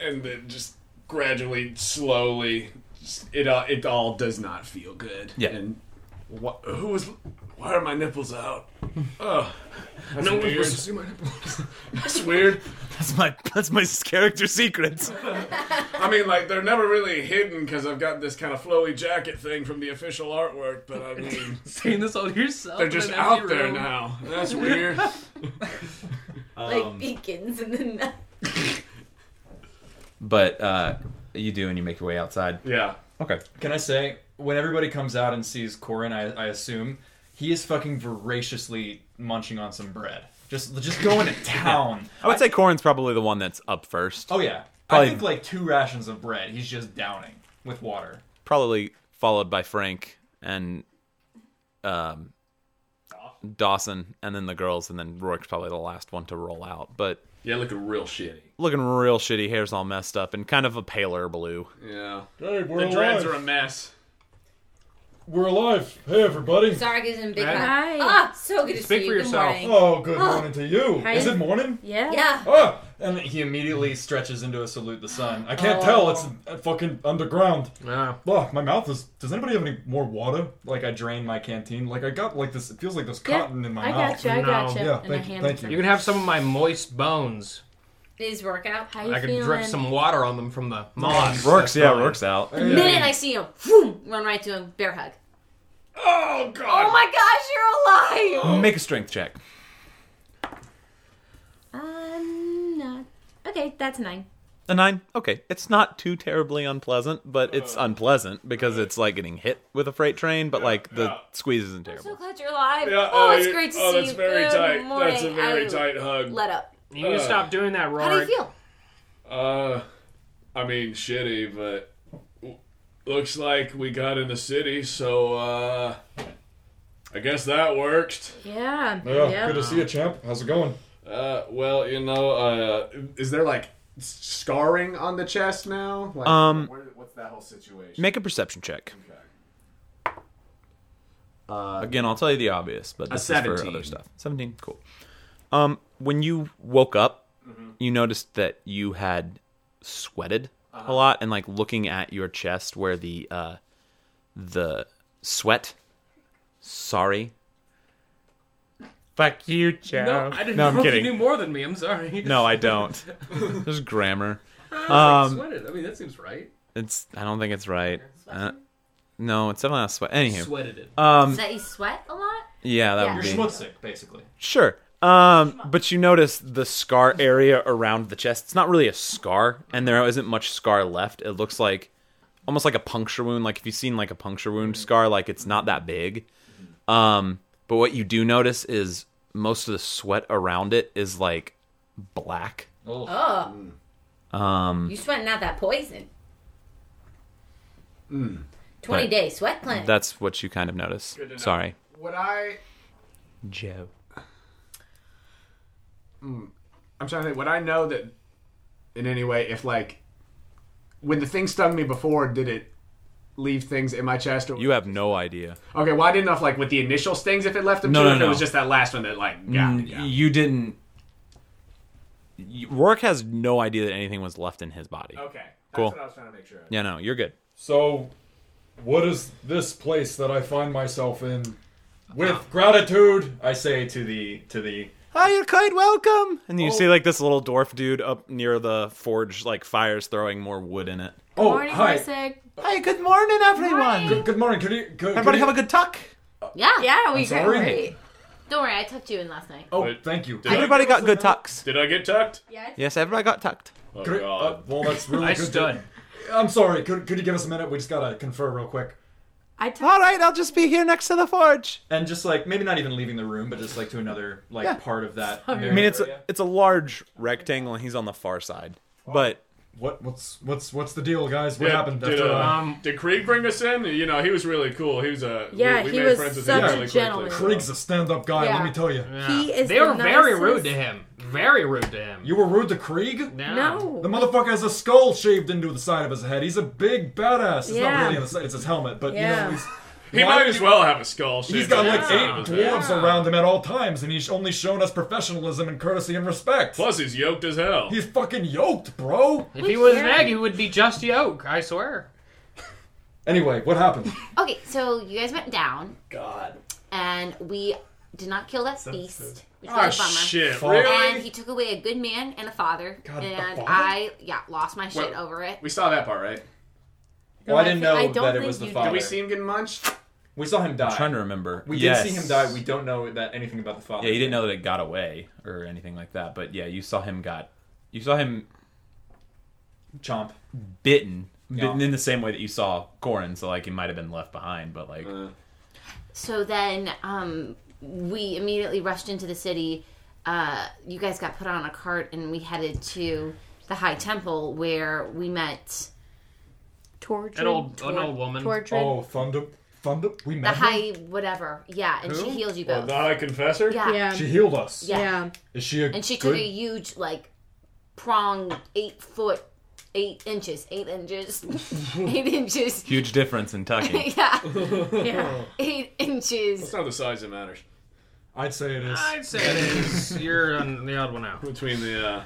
S2: And then just gradually, slowly, just, it all it all does not feel good.
S3: Yeah.
S2: And what? Who was? Why are my nipples out? Oh, that's
S6: No one's
S2: weird.
S6: supposed to see my nipples.
S2: that's weird.
S3: That's my that's my character secret.
S2: I mean, like they're never really hidden because I've got this kind of flowy jacket thing from the official artwork. But I mean,
S11: saying this all yourself.
S2: they're
S11: in
S2: just
S11: an empty
S2: out there
S11: room.
S2: now. That's weird.
S12: like beacons in the night.
S3: but uh, you do, and you make your way outside.
S2: Yeah.
S3: Okay.
S10: Can I say, when everybody comes out and sees Corin, I, I assume he is fucking voraciously munching on some bread. Just, just going to town.
S3: I would say Corin's probably the one that's up first.
S10: Oh yeah,
S3: Probably,
S10: I think like two rations of bread. He's just downing with water.
S3: probably followed by Frank and um, Dawson, and then the girls, and then Rourke's probably the last one to roll out. But
S2: yeah, looking real shitty.
S3: Looking real shitty. Hair's all messed up and kind of a paler blue.
S2: Yeah.
S6: Hey, we're
S2: the dreads
S6: alive.
S2: are a mess.
S6: We're alive. Hey, everybody.
S12: Zarg is in big
S6: Right.
S12: hug.
S6: Hi.
S12: Ah, so good to
S6: Speak
S12: see
S6: for
S12: you.
S6: yourself.
S12: Good morning.
S10: Oh, good
S12: Ah.
S10: morning to you.
S12: Hi.
S10: Is it morning?
S12: Yeah. Yeah.
S10: Oh, and he immediately stretches into a salute the sun. I can't
S6: Oh.
S10: tell. It's uh, fucking underground. Oh, my mouth is. Does anybody have any more water? Like I drained my canteen. Like I got like this. It feels like there's
S11: Yeah,
S10: cotton in my
S11: I
S10: mouth.
S11: gotcha, I No. gotcha.
S10: Yeah,
S11: And
S10: thank
S11: I
S10: you.
S11: handed
S10: Thank you.
S11: them. You can have some of my moist bones.
S12: His workout. How
S11: I could drip some water on them from the moss.
S3: Rourke's- yeah,
S11: That's fine.
S3: Rourke's out.
S12: The minute I see him, whoom, run right to him, bear hug.
S2: Oh god!
S12: Oh my gosh, you're alive!
S3: Make a strength check.
S12: I'm not. Okay, that's nine.
S3: A nine. Okay, it's not too terribly unpleasant, but it's unpleasant because it's like getting hit with a freight train. But like the squeeze isn't terrible.
S12: So glad you're alive.
S2: Yeah,
S12: oh,
S2: oh,
S12: it's
S2: you-
S12: great to
S2: oh,
S12: see
S2: that's
S12: you.
S2: very
S12: Good
S2: tight. That's
S12: Morning.
S2: a very
S12: I
S2: tight hug.
S12: Let up.
S11: You need to stop doing that, Rourke.
S12: How do you feel?
S2: Uh, I mean, shitty, but w- looks like we got in the city, so uh, I guess that worked.
S5: Yeah.
S10: Yeah, good to see you, champ. How's it going?
S2: Uh, well, you know, uh, is there like s- scarring on the chest now? Like,
S3: Um,
S2: where- what's that whole situation?
S3: Make a perception check.
S11: Uh,
S3: Again, I'll tell you the obvious, but
S2: a
S3: this is for
S2: 17.
S3: other stuff. Seventeen, cool. Um, when you woke up,
S11: Mm-hmm.
S2: Mhm.
S3: you noticed that you had sweated
S2: Uh-huh.
S3: a lot, and like looking at your chest where the uh, the sweat. Sorry. Fuck you, Joe.
S11: No, I didn't
S3: no,
S11: know
S3: I'm
S11: if
S3: kidding.
S11: you knew more than me. I'm sorry.
S3: No, I don't. There's grammar.
S11: I
S3: Um,
S11: sweated. I mean, that seems right.
S3: it's. I don't think it's right. Uh, no, it's definitely not sweat. Anywho,
S11: Sweated it.
S3: Um,
S12: Is that you sweat a lot?
S3: yeah, that
S12: Yeah.
S3: would
S12: You're
S3: be
S10: schmutzig, basically.
S3: Sure. Um, but you notice the scar area around the chest. It's not really a scar, and there isn't much scar left. It looks like almost like a puncture wound. Like if you've seen like a puncture wound scar, like it's not that big. Um, but what you do notice is most of the sweat around it is like black.
S10: Oh.
S3: Um,
S12: You sweating out that poison.
S3: Mm.
S12: 20
S3: But
S12: day sweat clinic.
S3: That's what you kind of notice.
S2: Good to know.
S3: Sorry,
S2: Would I?
S3: Joe.
S2: Mm, I'm trying to think. Would I know that in any way if like when the thing stung me before, did it leave things in my chest? Or
S3: You have no idea.
S2: okay, well I didn't know if like with the initial stings if it left them.
S3: No,
S2: too,
S3: no,
S2: if It
S3: no.
S2: was just that last one that like got me.
S3: Mm, You didn't. you- Rourke has no idea that anything was left in his body.
S2: Okay, that's
S3: cool.
S2: what I was trying to make sure of.
S3: Yeah, no, you're good.
S10: So, what is this place that I find myself in? With gratitude, I say to the to the.
S3: Hi, you're quite welcome. And you see like this little dwarf dude up near the forge, like fires throwing more wood in it.
S10: Oh, hi.
S7: Hey, good morning, everyone.
S10: Good, good morning. Could you? Could,
S7: Everybody have a good talk.
S12: yeah. Yeah,
S10: we I'm sorry. great.
S12: Don't worry, I tucked you in last night.
S10: Oh, thank you.
S3: Everybody got good tucks.
S2: Did I get tucked?
S12: Yes.
S3: Yes, everybody got tucked.
S2: Oh,
S10: Could I- uh, well, that's really
S11: I
S10: good. to-
S11: stood.
S10: I'm sorry. Could, could you give us a minute? We just gotta confer real quick.
S7: I All right, I'll just be here next to the forge.
S10: And just like maybe not even leaving the room, but just like to another like
S7: Yeah.
S10: part of that.
S7: Sorry.
S3: I mean, it's a, it's a large rectangle, and he's on the far side. But
S10: what what's what's what's the deal, guys? What
S2: Did-
S10: happened?
S2: Did,
S10: after,
S2: uh,
S10: uh,
S2: did Krieg bring us in? You know, he was really cool. He was a
S5: Yeah,
S2: We, we
S5: he
S2: made
S5: was
S2: friends with
S5: such
S2: him
S5: a
S2: really
S5: gentleman.
S2: Quickly, so.
S10: Krieg's a stand-up guy.
S5: Yeah.
S10: Let me tell you.
S5: He is
S11: They
S5: the
S11: were very
S5: nicest-
S11: rude to him. Very rude to him.
S10: You were rude to Krieg?
S11: No.
S10: The motherfucker has a skull shaved into the side of his head. He's a big badass. It's not
S11: Yeah.
S10: really on the side, it's his helmet, but
S11: Yeah.
S10: you know, he's.
S2: He
S10: Why-
S2: might as well have a skull.
S10: He's
S2: shaped
S10: got
S2: to
S10: like
S2: the side
S10: eight
S2: of his head.
S10: dwarves around him at all times, and he's only shown us professionalism and courtesy and respect.
S2: Plus, he's yoked as hell.
S10: He's fucking yoked, bro.
S11: If he was an egg, he would be just yolk. I swear.
S10: Anyway, what happened?
S12: Okay, so you guys went down.
S2: God.
S12: and we did not kill that beast. Which
S2: Ah,
S12: was a bummer.
S2: shit, really?
S12: And he took away a good man and a father,
S2: God, a
S12: and
S2: father?
S12: I yeah lost my shit
S2: Wait,
S12: over it.
S2: We saw that part, right?
S10: Well, I didn't know
S12: I don't
S10: that it
S12: think
S10: was the
S12: you
S10: father.
S2: Did we see him getting munched?
S10: We saw him die.
S3: I'm trying to remember.
S10: We
S3: Yes.
S10: did see him die. We don't know that anything about the father.
S3: Yeah, you didn't know that it got away or anything like that. But yeah, you saw him got, you saw him,
S10: chomp,
S3: bitten, bitten
S10: Chomp.
S3: in the same way that you saw Gorin. So like, he might have been left behind, but like,
S10: Uh,
S12: So then um, we immediately rushed into the city. Uh, you guys got put on a cart and we headed to the High Temple where we met.
S5: Tortured.
S11: An old- an old woman.
S12: Tortured.
S10: Oh, thunder, thunder. We
S12: the
S10: met him?
S12: High whatever. Yeah, and she
S10: Who?
S12: healed you
S10: Well,
S11: Oh,
S12: both.
S10: the High Confessor?
S12: Yeah.
S10: Yeah. She healed us.
S12: Yeah.
S10: Yeah. Is she a
S12: And she
S10: good-
S12: took a huge, like, pronged eight foot, eight inches, eight inches, eight inches.
S3: huge difference in tucking.
S12: yeah. yeah. Eight inches.
S2: It's not the size that matters.
S10: I'd say it is.
S11: I'd say it is. You're on the odd one out. Oh,
S2: Between the. uh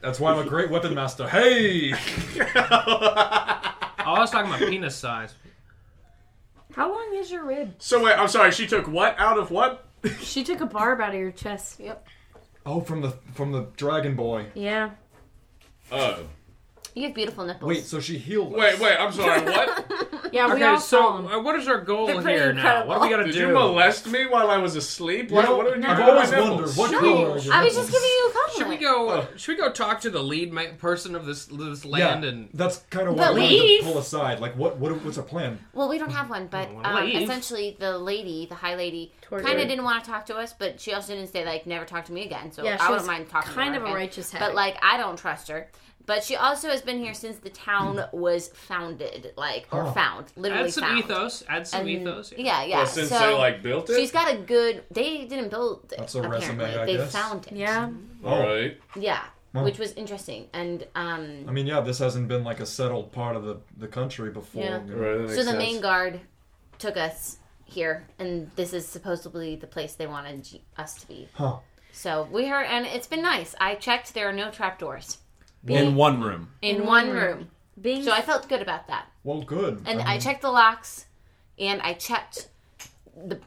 S10: That's why I'm a great weapon master. Hey!
S11: I was talking about penis size.
S5: How long is your rib?
S2: So wait, I'm sorry. She took what out of what?
S5: She took a barb out of your chest. Yep.
S10: Oh, from the from the dragon boy.
S5: Yeah.
S2: Oh.
S12: You have beautiful nipples.
S10: Wait, so she healed.
S2: Wait, wait. I'm sorry. What?
S5: Yeah, we
S11: okay,
S5: all
S11: so
S5: saw 'em.
S11: uh, what is our goal
S5: They're pretty
S11: here now? What do we gotta
S2: Did
S11: do?
S2: you molest me while I was asleep? What,
S11: No,
S2: what did you
S11: no.
S2: do?
S11: I've always
S2: with my nipples?
S11: wondered, what No, color are your I was
S12: just giving you a
S11: Should we
S12: compliment.
S11: go?
S2: Oh.
S11: Should we go talk to the lead ma- person of this this land and?
S10: That's kind of
S12: But
S10: what I wanted
S12: leave.
S10: to pull aside. Like, what, what what's our plan?
S12: Well, we don't have one, but
S10: Well,
S12: um,
S10: leave.
S12: essentially the lady, the high lady,
S10: Tortured.
S12: kind of didn't want to talk to us, but she also didn't say like never talk to me again. So
S5: Yeah, she
S12: I
S5: was
S12: wouldn't mind talking.
S5: kind
S12: to
S5: of
S12: her
S5: a
S12: again.
S5: righteous
S12: but
S5: headache.
S12: like I don't trust her. But she also has been here since the town was founded, like or
S11: Huh.
S12: found, literally
S11: Add some
S12: found.
S11: ethos. Add some
S12: And-
S11: ethos.
S12: Yeah, yeah.
S2: Well, since
S12: so
S2: they like built it.
S12: she's got a good. They didn't build it.
S2: That's a resume,
S12: apparently.
S2: I
S12: they
S2: guess.
S12: found it. Yeah.
S2: All right.
S12: Yeah,
S10: Well.
S12: which was interesting, and um.
S10: I mean, yeah, this hasn't been like a settled part of the, the country before.
S12: Yeah.
S10: you know.
S12: so the main guard took us here, and this is supposedly the place they wanted y- us to be.
S10: Huh.
S12: So we heard, and it's been nice. I checked; there are no trapdoors
S3: in one room.
S12: in
S5: Mm.
S12: one room. so I felt good about that.
S10: Well, good.
S12: And I
S2: Um.
S10: mean,
S12: checked the locks, and I checked the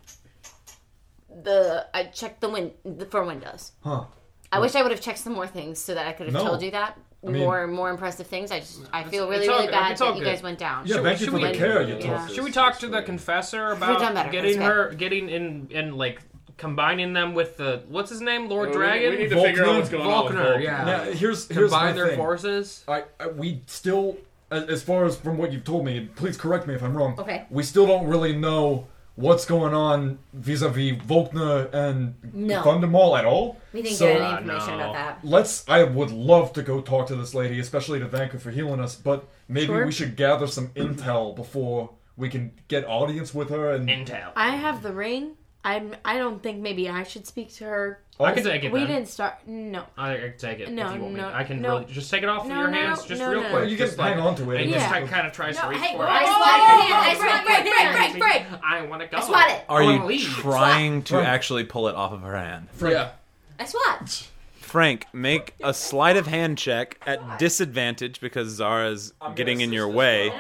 S12: the I checked the win the, for windows.
S10: Huh.
S12: I wish I would have checked some more things so that I could have
S10: No.
S12: told you that.
S10: I mean-
S12: more more impressive things. I just I feel really
S11: It's all
S12: really
S11: good.
S12: bad
S11: It's all
S12: that you
S11: good.
S12: guys went down.
S10: Yeah, thank you for the care you took us.
S11: Should we talk to the confessor
S12: done better.
S11: about getting
S12: That's good.
S11: her, getting in, and like combining them with the what's his name, Lord
S2: Well, we-
S11: Dragon?
S2: we need to figure out what's going on with
S11: Volkner,
S2: Volkner.
S11: yeah.
S10: Now, here's here's
S11: combine
S10: my
S11: their
S10: thing.
S11: forces.
S10: I, I we still, as, as far as from what you've told me, please correct me if I'm wrong.
S11: Okay.
S10: We still don't really know what's going on vis-a-vis Volkner and
S12: No.
S10: Thundermall at all.
S12: We didn't
S10: So-
S12: get any information about that.
S10: Let's. I would love to go talk to this lady, especially to thank her for healing us. But maybe
S5: Sure.
S10: we should gather some intel before we can get audience with her and
S11: intel.
S5: I have the ring. I'm. I don't think maybe I should speak to her.
S11: I can take it
S5: We
S11: then.
S5: didn't start. No.
S11: I can take it.
S5: No,
S11: if you want me.
S5: no,
S11: I can
S5: no.
S11: really just take it off
S5: No,
S11: of your
S5: no,
S11: hands, just
S5: no,
S11: real
S5: no.
S11: quick.
S10: You can
S11: just
S10: hang
S11: like,
S10: on to it.
S11: And
S10: Yeah.
S11: just like, kind of tries to reach
S5: hey,
S11: for
S5: I
S11: it.
S5: swat your hand, I swat your hand.
S11: I want to go.
S5: I swat it.
S3: Are
S11: I
S3: you
S11: wanna leave.
S3: trying to actually pull it off of her hand?
S10: Yeah.
S12: I swat.
S3: Frank, make a sleight of hand check at disadvantage because Zara's getting in your way.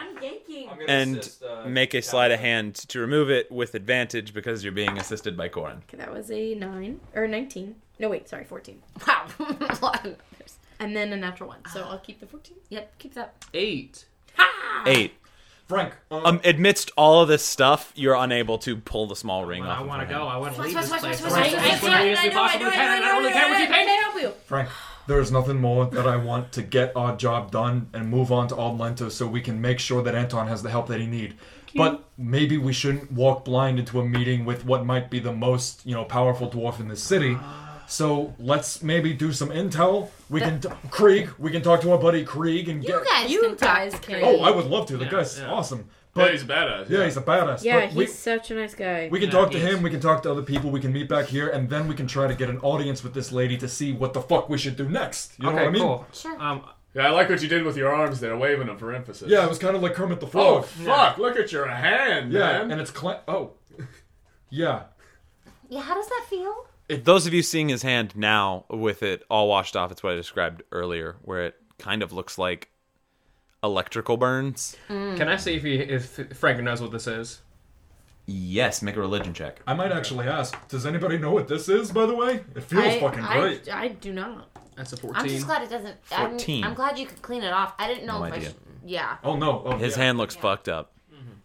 S3: And
S11: uh,
S3: make a sleight of hand to remove it with advantage because you're being assisted by Corin.
S5: Okay, that was a nine or nineteen. No, wait, sorry, fourteen.
S12: Wow.
S5: and then a natural one, so I'll keep the fourteen.
S12: Yep, keep that.
S11: Eight.
S3: Eight.
S10: Frank. Um,
S3: amidst all of this stuff, you're unable to pull the small ring off.
S11: I
S3: of
S11: want
S3: her
S11: to go. I want to
S5: Swat,
S11: leave
S5: swat, swat,
S11: this place.
S5: swat,
S11: I wanna
S5: swat, swat,
S11: leave as quickly as
S5: swat,
S11: we
S5: swat,
S11: possibly
S5: swat,
S11: can, and I
S5: swat,
S11: only
S5: swat,
S11: can when you
S5: swat,
S11: pay me.
S5: swat, swat,
S10: Frank, there is nothing more that I want to get our job done and move on to Aldlento so we can make sure that Anton has the help that he need. But maybe we shouldn't walk blind into a meeting with what might be the most, you know, powerful dwarf in the city.
S5: Ah.
S10: So let's maybe do some intel. We can t- Krieg. We can talk to our buddy Krieg and get.
S5: guys, you guys can.
S10: Oh, I would love to. The guy's awesome. But
S2: he's a badass,
S10: Yeah,
S2: yeah.
S10: he's a badass.
S5: Yeah,
S10: but
S5: he's
S10: we-
S5: such a nice guy.
S10: we can talk to him, we can talk to other people, we can meet back here, and then we can try to get an audience with this lady to see what the fuck we should do next. You know
S2: Okay,
S10: what I mean?
S2: cool.
S12: Sure.
S11: Um,
S2: yeah, I like what you did with your arms there, waving them for emphasis.
S10: Yeah, it was kind of like Kermit the
S2: Oh,
S10: Frog.
S2: fuck! Look at your hand,
S10: Yeah,
S2: man.
S10: and it's cla- oh, yeah.
S12: Yeah, how does that feel?
S3: Those of you seeing his hand now with it all washed off, it's what I described earlier, where it kind of looks like electrical burns.
S12: Mm.
S11: Can I see if he, if Frank knows what this is?
S3: Yes, make a religion check.
S10: I might actually ask. Does anybody know what this is? By the way, it feels
S12: I,
S10: fucking
S12: I,
S10: great.
S12: I, do not.
S11: That's a
S12: I'm just glad it doesn't. I'm,
S3: 14.
S12: I'm glad you could clean it off. I didn't know
S3: No
S12: if I
S3: idea.
S12: should. Yeah.
S10: Oh no! Oh,
S3: His hand looks fucked up.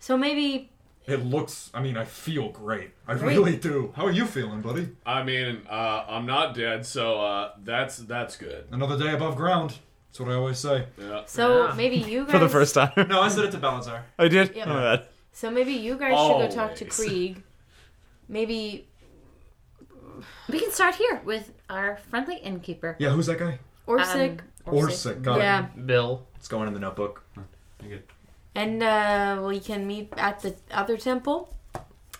S12: So maybe.
S10: It looks. I mean, I feel great. I
S12: Great.
S10: really do. How are you feeling, buddy?
S2: I mean, uh, I'm not dead, so uh, that's that's good.
S10: Another day above ground. That's what I always say.
S2: Yeah.
S12: So maybe you guys.
S3: time.
S7: no, I said it to Balazar.
S3: I did.
S12: Yep.
S3: Oh, my bad.
S12: So maybe you guys should go talk to
S3: Always.
S12: Krieg. Maybe. We can start here with our friendly innkeeper. Um,
S10: Yeah, who's that guy?
S12: Orsic.
S10: Orsic. Got it.
S12: Yeah.
S11: Bill.
S10: It's going in the notebook.
S5: And uh, we can meet at the other temple,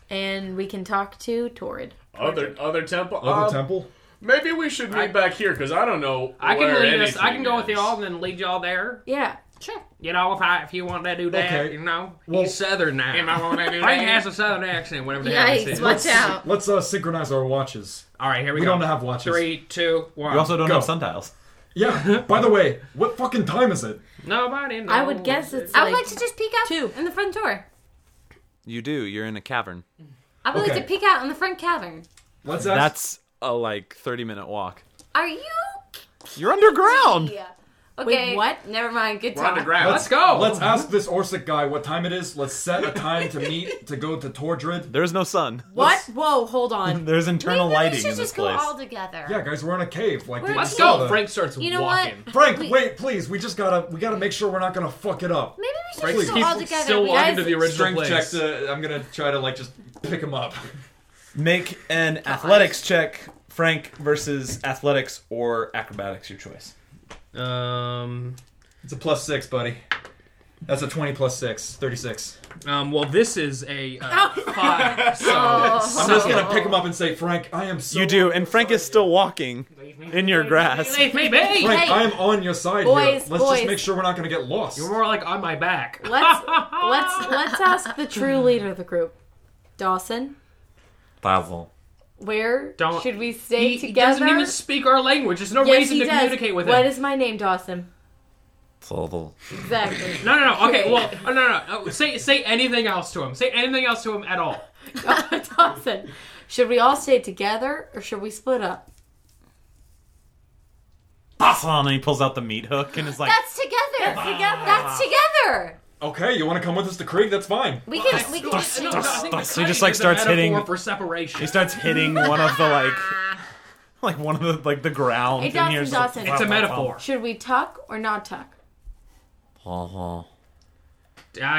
S5: and we can talk to Torrid.
S2: Other other temple.
S10: Other
S2: uh,
S10: temple.
S2: Maybe we should meet back here because I don't know.
S11: I can
S2: where
S11: lead us. I
S2: anything
S11: can go with
S2: is.
S11: y'all and then lead y'all there.
S5: Yeah.
S12: Sure.
S11: You know, if I if you want to do that,
S10: Okay.
S11: you know,
S10: Well,
S11: he's southern now.
S10: If I wanna do
S11: Frank
S10: that.
S11: has a southern accent. Whatever the hell this is.
S10: Let's- Let's uh, synchronize our watches.
S11: All right, here we,
S10: We
S11: go.
S10: don't have watches.
S11: Three, two, one.
S10: You also don't Go. have
S3: sundials.
S10: Yeah. By the way, what fucking time is it?
S11: Nobody knows.
S12: I would guess it's. I would like to just peek out two. in the front door.
S3: You do. You're in a cavern.
S12: I would like
S3: Okay.
S12: to peek out in the front cavern.
S10: What's
S12: ask-
S3: That's a like 30 minute walk.
S12: Are you?
S3: You're underground.
S12: Yeah. Okay.
S5: Wait,
S12: what? Never mind. Good
S11: We're
S12: talk.
S11: underground. Let's go.
S10: Let's ask this Orsic guy what time it is. Let's set a time to meet to go to Tordrid.
S3: There's no sun.
S5: What? Whoa, hold on.
S3: There's internal
S12: Maybe
S3: lighting
S12: we
S3: in
S12: should
S3: this
S12: just go
S3: place.
S12: all together.
S10: Yeah, guys, we're in a cave. Like,
S12: We're
S10: we
S12: in a
S10: just
S12: cave.
S10: saw that.
S11: Frank starts
S12: You know walking. what?
S10: Frank,
S12: We-
S10: wait, please. We just gotta, we gotta make sure we're not gonna fuck it up.
S12: Maybe we should
S10: Frank,
S12: just go
S10: keep
S12: all together.
S10: still
S12: We-
S10: walking
S12: guys-
S10: to the original Strength place. check to- I'm gonna try to like just pick him up.
S7: Make an athletics check, Frank versus athletics or acrobatics, your choice.
S11: Um,
S10: it's a plus six, buddy. That's a twenty plus six, 36.
S11: Um, well, this is a uh,
S12: Oh.
S11: five. So,
S10: I'm just gonna pick him up and say, Frank, I am so.
S3: You do, and Frank is still walking in your grass.
S11: Leave me be.
S10: Frank,
S11: Hey.
S10: I am on your side
S5: Boys,
S10: here. Let's
S5: boys.
S10: just make sure we're not gonna get lost.
S11: You're more like on my back.
S5: Let's let's let's ask the true leader of the group, Dawson.
S7: Basil.
S5: Where
S11: Don't-
S5: should we stay
S11: he, he
S5: together?
S11: doesn't even speak our language. There's no
S5: Yes,
S11: reason
S5: he
S11: to
S5: does.
S11: communicate with
S5: What
S11: him.
S5: is my name, Dawson? Exactly.
S11: No, no, no. Okay, well, oh, no, no, no. Say, say anything else to him. Say anything else to him at all.
S5: Dawson, should we all stay together or should we split up?
S7: Basil, and he pulls out the meat hook and is like,
S12: That's together. That's together. That's together.
S10: Okay, you want to come with us to Krieg? That's fine.
S12: We can. We can.
S11: No, no, I think the
S7: So he just
S11: cutting
S7: like
S11: is
S7: starts
S11: a metaphor
S7: hitting.
S11: for separation.
S7: He starts hitting one of the like, like one of the like the ground.
S5: Hey,
S7: in
S5: Dawson,
S7: here. It's like,
S5: Dawson.
S7: blah, blah, blah.
S5: Should we tuck or not tuck?
S11: Ah,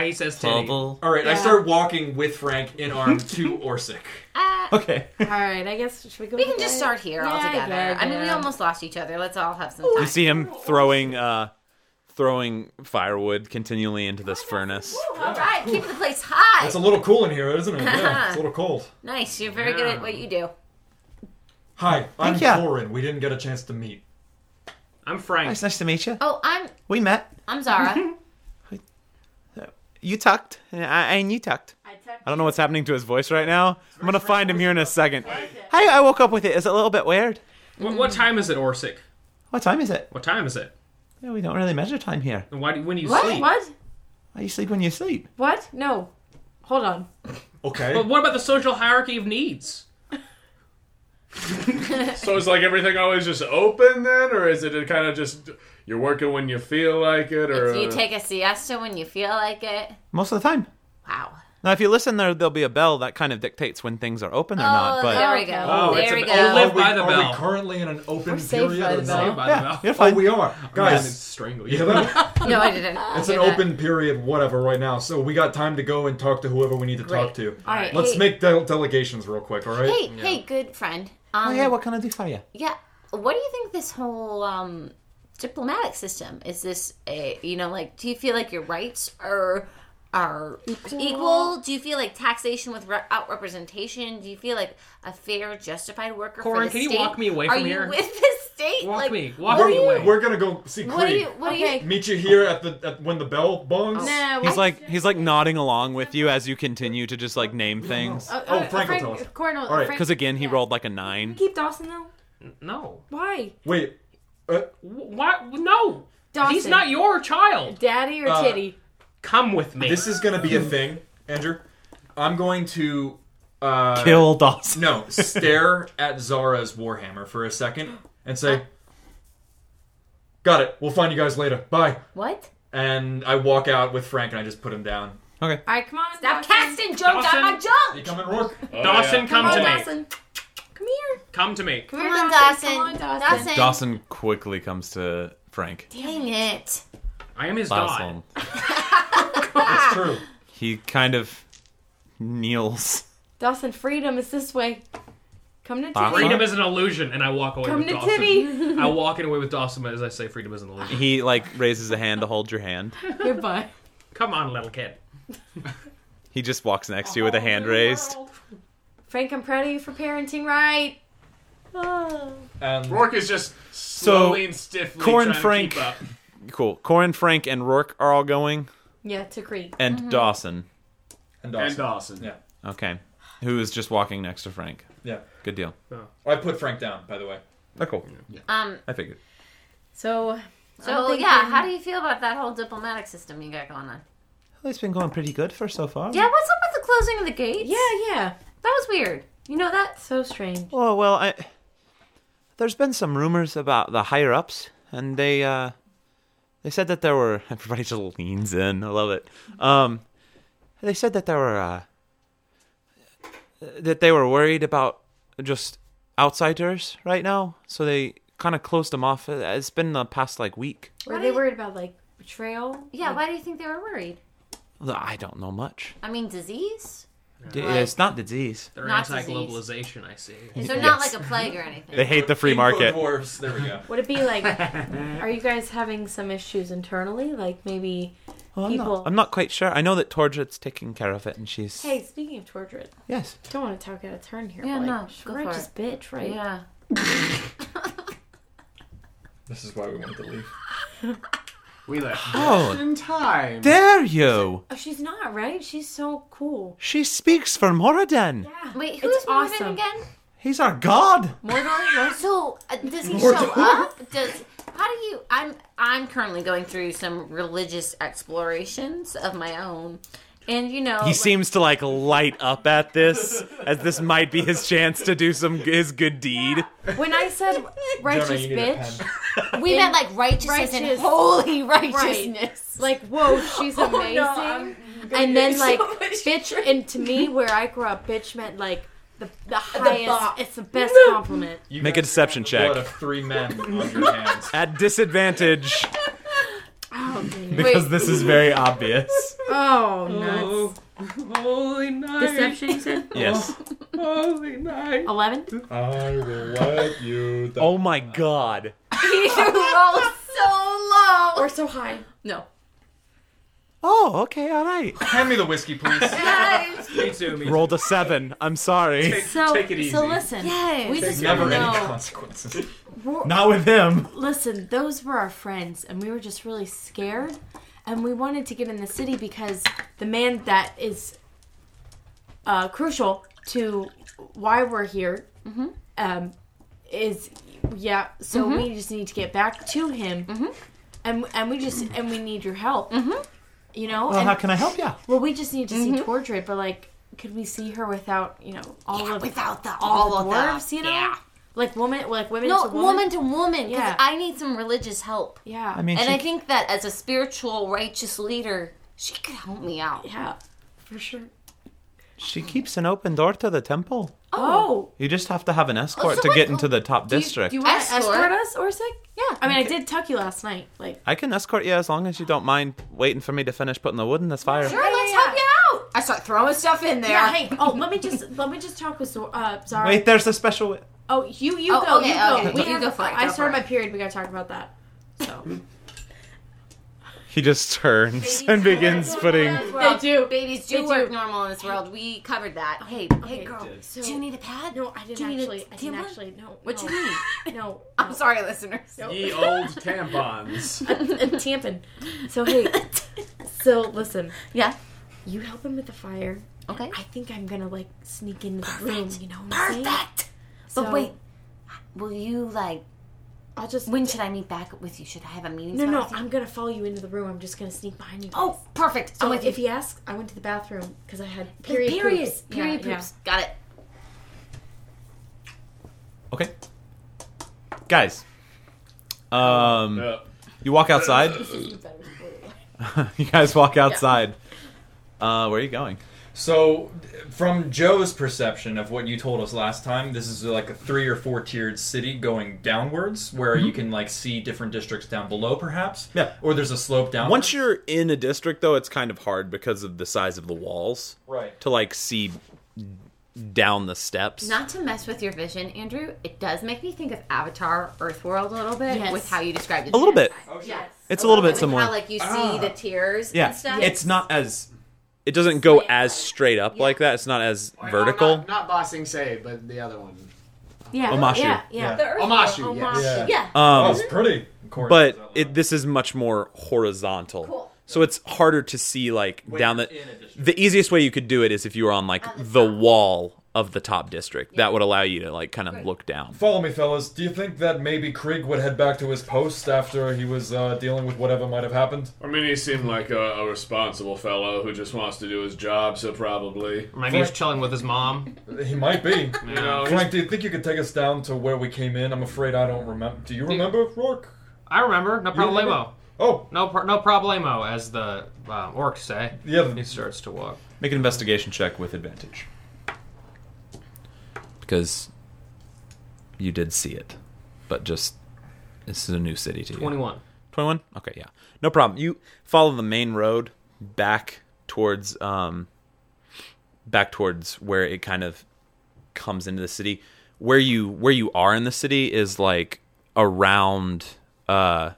S11: he says titty.
S10: All right, I start walking with Frank in arm to Orsic.
S12: Uh,
S7: Okay.
S5: All right, I guess should we go?
S12: We can just start here all together. I mean, we almost lost each other. Let's all have some time.
S3: You see him throwing, uh, throwing firewood continually into this furnace.
S12: All right, keep the place hot.
S10: It's a little cool in here, isn't it? Yeah, it's a little cold.
S12: nice. You're very good at what you do.
S10: Hi, I'm
S3: Thank ya.
S10: Corin. We didn't get a chance to meet.
S11: I'm Frank.
S3: Nice, nice to meet you.
S12: Oh, I'm
S3: We met.
S12: I'm Zara.
S3: You tucked, and I, and you tucked. I don't know what's happening to his voice right now. I'm gonna find him here in a second. Hey, I woke up with it. It's a little bit weird.
S11: What, what time is it, Orsic?
S3: What time is it?
S11: What time is it?
S3: Yeah, we don't really measure time here.
S11: And why do, when do you
S5: What?
S11: sleep?
S5: What?
S3: Why you sleep when you sleep?
S5: What? No. Hold on.
S10: Okay.
S11: But what about the social hierarchy of needs?
S2: So it's like everything always just open then, or is it kind of just you're working when you feel like it, or
S3: Uh,
S12: you take a siesta when you feel like it.
S3: Most of the time.
S12: Wow.
S3: Now, if you listen, there there'll be a bell that kind of dictates when things are open or
S5: Oh,
S3: not. But
S12: there we go.
S10: Oh,
S12: there we go.
S10: are we, are we currently in an open
S12: saved
S10: period?
S12: by
S10: or
S12: the
S10: not?
S12: bell.
S11: by the Yeah, bell.
S3: you're fine.
S10: Oh, we are. Guys,
S11: gonna strangle
S10: you hear that?
S12: no, I didn't.
S10: It's
S12: do
S10: an
S12: that.
S10: open period, whatever, right now. So we got time to go and talk to whoever we need to talk to.
S12: All right,
S10: Let's
S12: hey-
S10: make de- delegations real quick, all right?
S12: Hey, hey, good friend. Um,
S3: oh yeah, what can I do for you?
S12: Yeah. What do you think this whole um, diplomatic system is? This a you know like? Do you feel like your rights are are equal? Do you feel like taxation with re- out representation? Do you feel like a fair, justified worker? for
S11: Corin,
S12: the
S11: can you
S12: state?
S11: walk me away
S12: are
S11: from
S12: you
S11: here?
S12: With the state,
S11: Walk
S12: like,
S11: me. Walk
S12: what
S10: we're,
S12: do you-
S10: we're gonna go see
S12: Oh, What do
S10: Krieg.
S12: you? uh, What do you?
S10: Meet you here at the at, when the bell bongs.
S3: He's like he's like nodding along with you as you continue to just like name things.
S10: Oh,
S5: Uh, uh, Frank- Cornel-
S3: All right,
S5: Frank-
S3: because again, he rolled like a nine.
S5: Keep Dawson though.
S11: No.
S5: Why?
S10: Wait, uh,
S11: Why? No.
S5: Dawson.
S11: He's not your child.
S5: Daddy or
S10: Uh,
S5: titty?
S11: Come with me.
S10: This is gonna be a thing, Andrew. I'm going to uh,
S7: Kill Dawson.
S10: No, stare at Zara's warhammer for a second and say, "Got it. We'll find you guys later. Bye."
S12: What?
S10: And I walk out with Frank and I just put him down.
S7: Okay.
S12: All right, come on. Stop casting jokes on my jokes.
S10: You coming, Rourke?
S11: Dawson,
S5: Oh,
S11: come,
S12: on,
S11: to
S12: Dawson.
S11: me. Come to me.
S12: Come on, Dawson.
S11: Come on, Dawson.
S3: Dawson quickly comes to Frank.
S12: Dang it.
S11: I am his
S3: Last
S11: god.
S10: That's true.
S3: He kind of kneels.
S5: Dawson, freedom is this way. Come to
S3: Dawson?
S5: Timmy.
S11: Freedom is an illusion, and I walk away
S5: Come
S11: with
S5: to
S11: Dawson.
S5: Timmy.
S11: I walk in away with Dawson as I say, "Freedom is an illusion."
S3: He like raises a hand to hold your hand.
S5: Goodbye.
S11: Come on, little kid.
S3: He just walks next to you with a hand raised.
S2: Oh.
S5: Frank, I'm proud of you for parenting right. Oh.
S10: And
S2: Rourke is just
S3: So,
S2: slowly and stiffly
S3: Corin
S2: trying to
S3: Frank-
S2: keep up.
S3: Cool. Corin, Frank, and Rourke are all going,
S5: Yeah, to Cree.
S3: and
S2: Mm-hmm.
S3: Dawson.
S10: And Dawson.
S2: And Dawson.
S10: Yeah.
S3: Okay. Who is just walking next to Frank?
S10: Yeah.
S3: Good deal.
S10: I put Frank down, by the way.
S3: Oh, cool.
S12: Um,
S3: I figured.
S5: So,
S12: So
S5: I'm
S12: yeah,
S5: thinking-
S12: how do you feel about that whole diplomatic system you got going on?
S1: Well, it's been going pretty good for so far.
S12: Yeah, what's up with the closing of the gates?
S5: Yeah, yeah.
S12: That was weird. You know that?
S5: So strange.
S1: Oh well, I. There's been some rumors about the higher ups, and they uh, they said that there were. Everybody just leans in. I love it. Um, they said that there were uh, that they were worried about just outsiders right now, so they kind of closed them off. It's been the past like week.
S5: Were they worried about like betrayal?
S12: Yeah, why do you think they were worried?
S1: I don't know much.
S12: I mean, disease?
S1: D- It's not disease.
S11: They're
S12: Not
S11: anti-globalization. I see.
S12: Is there not
S1: Yes.
S12: like a plague or anything?
S1: They hate the free market.
S10: Dwarves. There we go.
S5: Would it be like, are you guys having some issues internally? Like maybe
S1: Oh, I'm
S5: people.
S1: not, I'm not quite sure. I know that Tordred's taking care of it, and she's
S5: Hey, speaking of Tordred.
S1: Yes.
S5: Don't want to talk out of turn here.
S12: Yeah,
S5: but, like,
S12: no,
S5: she's
S12: go
S5: a
S12: for
S5: righteous
S12: it.
S5: bitch, right?
S12: Yeah.
S10: This is why we wanted to leave.
S2: We left
S1: Oh.
S2: just in time.
S1: Dare you?
S5: Oh, she's not right. She's so cool.
S1: She speaks for Moradin.
S12: Wait, who's Morgan
S5: awesome.
S12: again?
S1: He's our god.
S12: Mordor? So uh, does he show
S1: Mordor?
S12: up? Does how do you? I'm I'm currently going through some religious explorations of my own, and you know,
S3: He seems to like light up at this, as this might be his chance to do some his good deed.
S5: When I said righteous
S3: you need a
S5: bitch,
S12: we
S5: in
S12: meant like righteousness and
S5: righteous-
S12: holy
S5: Right.
S12: righteousness.
S5: Like, whoa, she's
S12: Oh, no,
S5: amazing.
S12: I'm gonna
S5: and then
S12: get
S5: like
S12: so much
S5: bitch, and to me, where I grew up, bitch meant like the the highest.
S12: bop.
S5: it's the best compliment.
S3: Make a deception check.
S10: Blood of three men on your hands.
S3: At disadvantage,
S5: Oh, man.
S3: because this is very obvious.
S5: Oh, nuts.
S11: Holy night.
S5: Deception, you said?
S3: Yes.
S11: Holy night.
S5: Eleven.
S10: I will let you.
S3: Oh my god.
S12: Oh, so low
S5: or so high. No.
S1: Oh, okay, all right.
S10: Hand me the whiskey, please.
S11: me too. Me
S3: Rolled a seven. I'm sorry.
S5: So
S11: Take it
S5: so
S11: easy.
S5: listen.
S12: Yes.
S5: We just
S10: Never
S5: want to
S10: any
S5: know.
S10: consequences.
S5: We're-
S7: Not with him.
S5: Listen, those were our friends, and we were just really scared, and we wanted to get in the city because the man that is uh, crucial to why we're here
S12: Mm-hmm.
S5: um, is yeah. So we just need to get back to him,
S12: Mm-hmm.
S5: and and we just and we need your help. You know,
S3: Oh,
S1: Well,
S5: and,
S1: how can I help you?
S5: well, we just need to see
S12: Mm-hmm.
S5: Tordred, but like, could we see her without you know all of
S12: without the
S5: all,
S12: all of
S5: the dwarves?
S12: that.
S5: You know,
S12: Yeah.
S5: like woman, like women
S12: No,
S5: to woman.
S12: woman to woman. 'cause
S5: Yeah.
S12: I need some religious help.
S5: yeah,
S1: I mean,
S12: and
S1: she-
S12: I think that as a spiritual, righteous leader, she could help me out.
S5: yeah, for sure.
S1: She keeps an open door to the temple.
S5: Oh,
S1: You just have to have an escort
S12: so
S1: to get
S12: what-
S1: into the top district.
S5: do you want to
S12: Escort?
S5: escort us, Orsic?
S12: Yeah.
S5: I mean, I did tuck you last night. Like,
S1: I can escort you as long as you don't mind waiting for me to finish putting the wood in this fire.
S12: Sure, let's help you out. I start throwing stuff in there.
S5: yeah. Hey, oh, let me just let me just talk with Zor- uh, Zara.
S1: Wait, there's a special. wi-
S5: Oh, you you
S12: Oh,
S5: go,
S12: okay,
S5: you go.
S12: okay.
S5: We
S12: You
S5: have,
S12: go for it,
S5: I
S12: go
S5: started
S12: for
S5: my period. We gotta talk about that. So
S3: He just turns and begins putting.
S5: they do.
S12: Babies do
S5: They do.
S12: work normal in this world. We covered that. Hey, hey, girl,
S5: so-
S12: do you need a pad?
S5: No, I
S12: Do you
S5: didn't
S12: need a
S5: actually. I didn't
S12: tampon?
S5: actually. No.
S12: What
S5: no,
S12: you need?
S5: need? No.
S12: I'm sorry, listeners.
S2: Ye old tampons.
S5: a, a tampon. So hey, so listen.
S12: Yeah.
S5: You help him with the fire.
S12: Okay.
S5: I think I'm gonna like sneak into the room. You know what I'm saying?
S12: Perfect. But
S5: So-
S12: wait, will you like
S5: I'll just.
S12: When should I meet back with you? Should I have a meeting?
S5: No,
S12: spot
S5: no,
S12: with you?
S5: I'm gonna follow you into the room. I'm just gonna sneak behind you.
S12: Oh, perfect.
S5: So
S12: I'm with you.
S5: if he asks, I went to the bathroom because I had
S12: Oh,
S5: period
S12: periods.
S5: poops.
S12: Period poops. Got it.
S3: Okay. Guys. Um you walk outside. you guys walk outside. Uh where are you going?
S15: So, from Joe's perception of what you told us last time, this is like a three or four tiered city going downwards, where you can like see different districts down below, perhaps.
S3: Mm-hmm. Yeah.
S15: Or there's a slope down.
S3: Once you're in a district though, it's kind of hard because of the size of the walls.
S15: Right.
S3: To like see down the steps.
S12: Not to mess with your vision, Andrew. It does make me think of Avatar Earthworld a little bit
S9: Yes.
S12: with how you described it.
S3: A little bit.
S12: Yes.
S3: It's a little bit
S12: With
S3: similar.
S12: How like you see
S6: Ah.
S12: the tears.
S3: Yeah,
S12: And stuff.
S3: it's not as. It doesn't go as straight up like that. It's not as vertical.
S6: Not, not Bossing Say, but the other one.
S3: Yeah, Omashu. yeah,
S5: Oh, yeah.
S12: The Earth
S6: Omashu,
S12: World,
S6: yes.
S12: Omashu. Yeah.
S3: Um,
S15: it's Oh, pretty. Of course.
S3: But it, this is much more horizontal.
S12: Cool.
S3: So it's harder to see like
S15: When
S3: down
S15: you're
S3: the.
S15: in a district.
S3: The easiest way you could do it is if you were on like the wall of the top district. That would allow you to like kind of look down.
S10: Follow me, fellas. Do you think that maybe Krieg would head back to his post after he was uh, dealing with whatever might have happened?
S2: I mean, he seemed like a, a responsible fellow who just wants to do his job, so probably.
S10: Maybe he's
S11: chilling with his mom.
S10: He might be.
S2: You know,
S10: Frank, do you think you could take us down to where we came in? I'm afraid I don't remember. Do you remember, Rourke?
S11: I remember. No
S10: You remember?
S11: problemo.
S10: Oh.
S11: No pro- no problemo, as the um, orcs say.
S10: Yeah.
S11: He starts to walk.
S3: Make an investigation check with advantage. Because you did see it, but just this is a new city to you.
S11: 21.
S3: 21? Okay, yeah. No problem. You follow the main road back towards um back towards where it kind of comes into the city. Where you where you are in the city is like around uh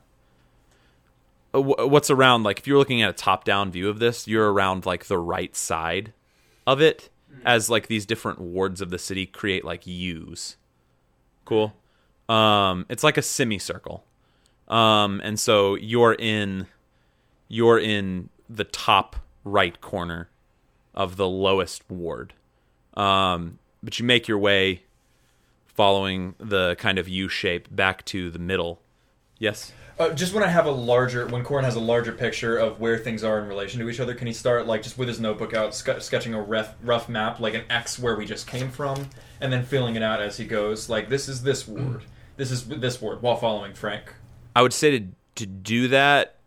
S3: uh, wh- what's around like if you're looking at a top down view of this you're around like the right side of it as like these different wards of the city create like u's cool um it's like a semicircle um and so you're in you're in the top right corner of the lowest ward um but you make your way following the kind of u shape back to the middle yes
S15: Uh, just when I have a larger, when Corin has a larger picture of where things are in relation to each other, can he start like just with his notebook out, sc- sketching a ref- rough map, like an X where we just came from, and then filling it out as he goes? Like this is this
S10: Mm.
S15: word, this is this word, while following Frank.
S3: I would say to to do that.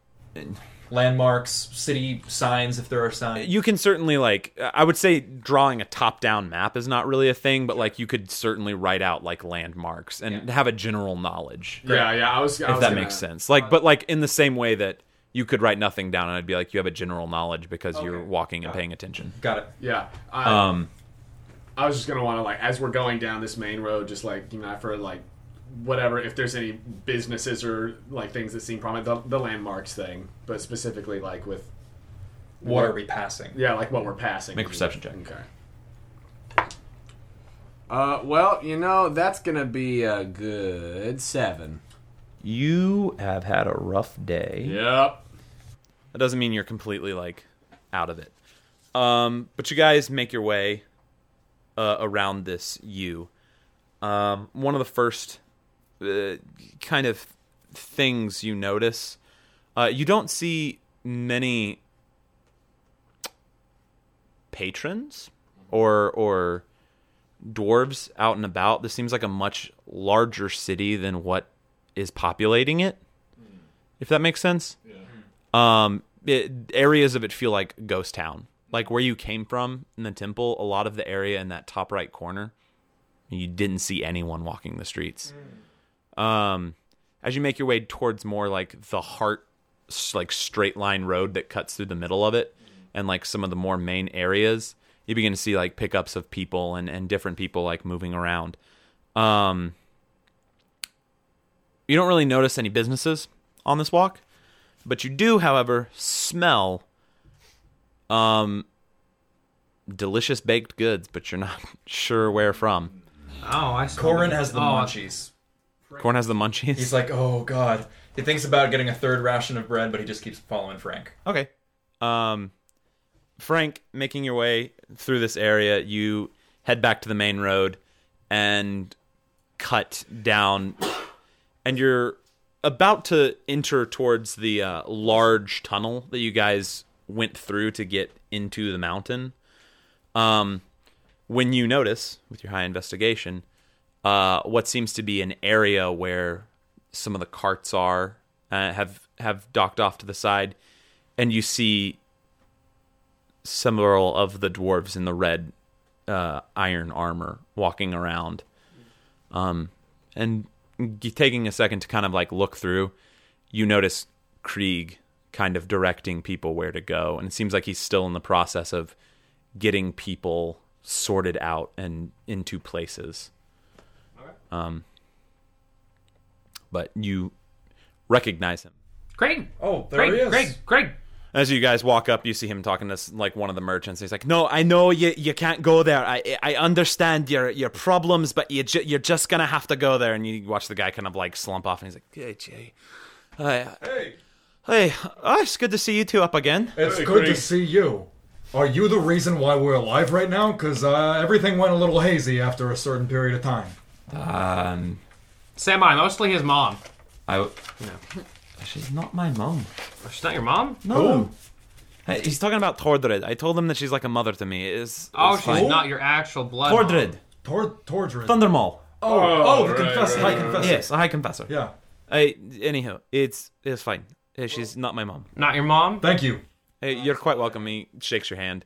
S15: Landmarks, city signs, if there are signs.
S3: You can certainly like I would say drawing a top-down map is not really a thing, but like you could certainly write out like landmarks and have a general knowledge.
S2: Yeah, yeah, I was- I
S3: if
S2: was
S3: that
S2: gonna-
S3: makes sense. Like, but like in the same way that you could write nothing down, and I'd be like, you have a general knowledge because you're walking and paying attention.
S15: Got it.
S2: Yeah. I,
S3: Um,
S2: I was just gonna want to like, as we're going down this main road, just like you know, for like whatever, if there's any businesses or like things that seem prominent, the, the landmarks thing, but specifically like with
S15: What are we passing?
S2: Yeah, like what we're passing.
S3: Make a perception check.
S2: Okay.
S6: Uh, well, you know that's gonna be a good seven.
S3: you have had a rough day.
S2: Yep.
S3: That doesn't mean you're completely like out of it. Um, but you guys make your way uh, around this U. Um, one of the first uh, kind of things you notice, uh, you don't see many patrons or or dwarves out and about. This seems like a much larger city than what is populating it. If that makes sense. Um, it, areas of it feel like ghost town, like where you came from in the temple. A lot of the area in that top right corner, you didn't see anyone walking the streets. Um, as you make your way towards more like the heart, s- like straight line road that cuts through the middle of it, and like some of the more main areas, you begin to see like pickups of people and and different people like moving around. Um, you don't really notice any businesses on this walk, but you do, however, smell um delicious baked goods, but you're not sure where from.
S11: Oh, I saw
S15: Corin
S11: that.
S15: has the
S11: Oh,
S15: munchies.
S3: Corn has the munchies.
S15: He's like, oh god. He thinks about getting a third ration of bread, but he just keeps following Frank.
S3: Okay. Um, Frank, making your way through this area, you head back to the main road and cut down and you're about to enter towards the uh, large tunnel that you guys went through to get into the mountain. Um, when you notice with your high investigation, uh, what seems to be an area where some of the carts are uh, have have docked off to the side, and you see several of the dwarves in the red uh, iron armor walking around, um, and g- taking a second to kind of like look through, you notice Krieg kind of directing people where to go, and it seems like he's still in the process of getting people sorted out and into places. Um, but you recognize him.
S11: Craig.
S10: Oh,
S11: Craig, Craig, Craig.
S3: As you guys walk up, you see him talking to s- like one of the merchants. He's like, "No, I know you you can't go there. I I understand your your problems, but you ju- you're just gonna have to go there." And you watch the guy kind of like slump off, and he's like, "Hey, Jay, hi,
S10: hey,
S3: hey, oh, it's good to see you two up again.
S10: It's good to see you. Are you the reason why we're alive right now? Because uh, everything went a little hazy after a certain period of time.
S3: Um,
S11: Semi, mostly his mom.
S3: I no. She's not my mom.
S11: Oh, She's not your mom.
S10: Oh,
S3: No. Hey, he's talking about Tordred. I told him that she's like a mother to me. Is
S11: Oh, she's not your actual blood. mom.
S3: Tordred.
S10: Tor- Tordred.
S3: Thundermaul.
S10: Oh, oh, the
S3: right,
S10: confessor,
S3: right,
S10: high
S3: right,
S10: confessor.
S3: right. Yes, a high confessor.
S10: Yeah.
S3: I, anyhow, it's it's fine. Uh, She's not my mom.
S11: Not your mom.
S10: Thank you.
S3: Hey, you're quite welcome. He shakes your hand.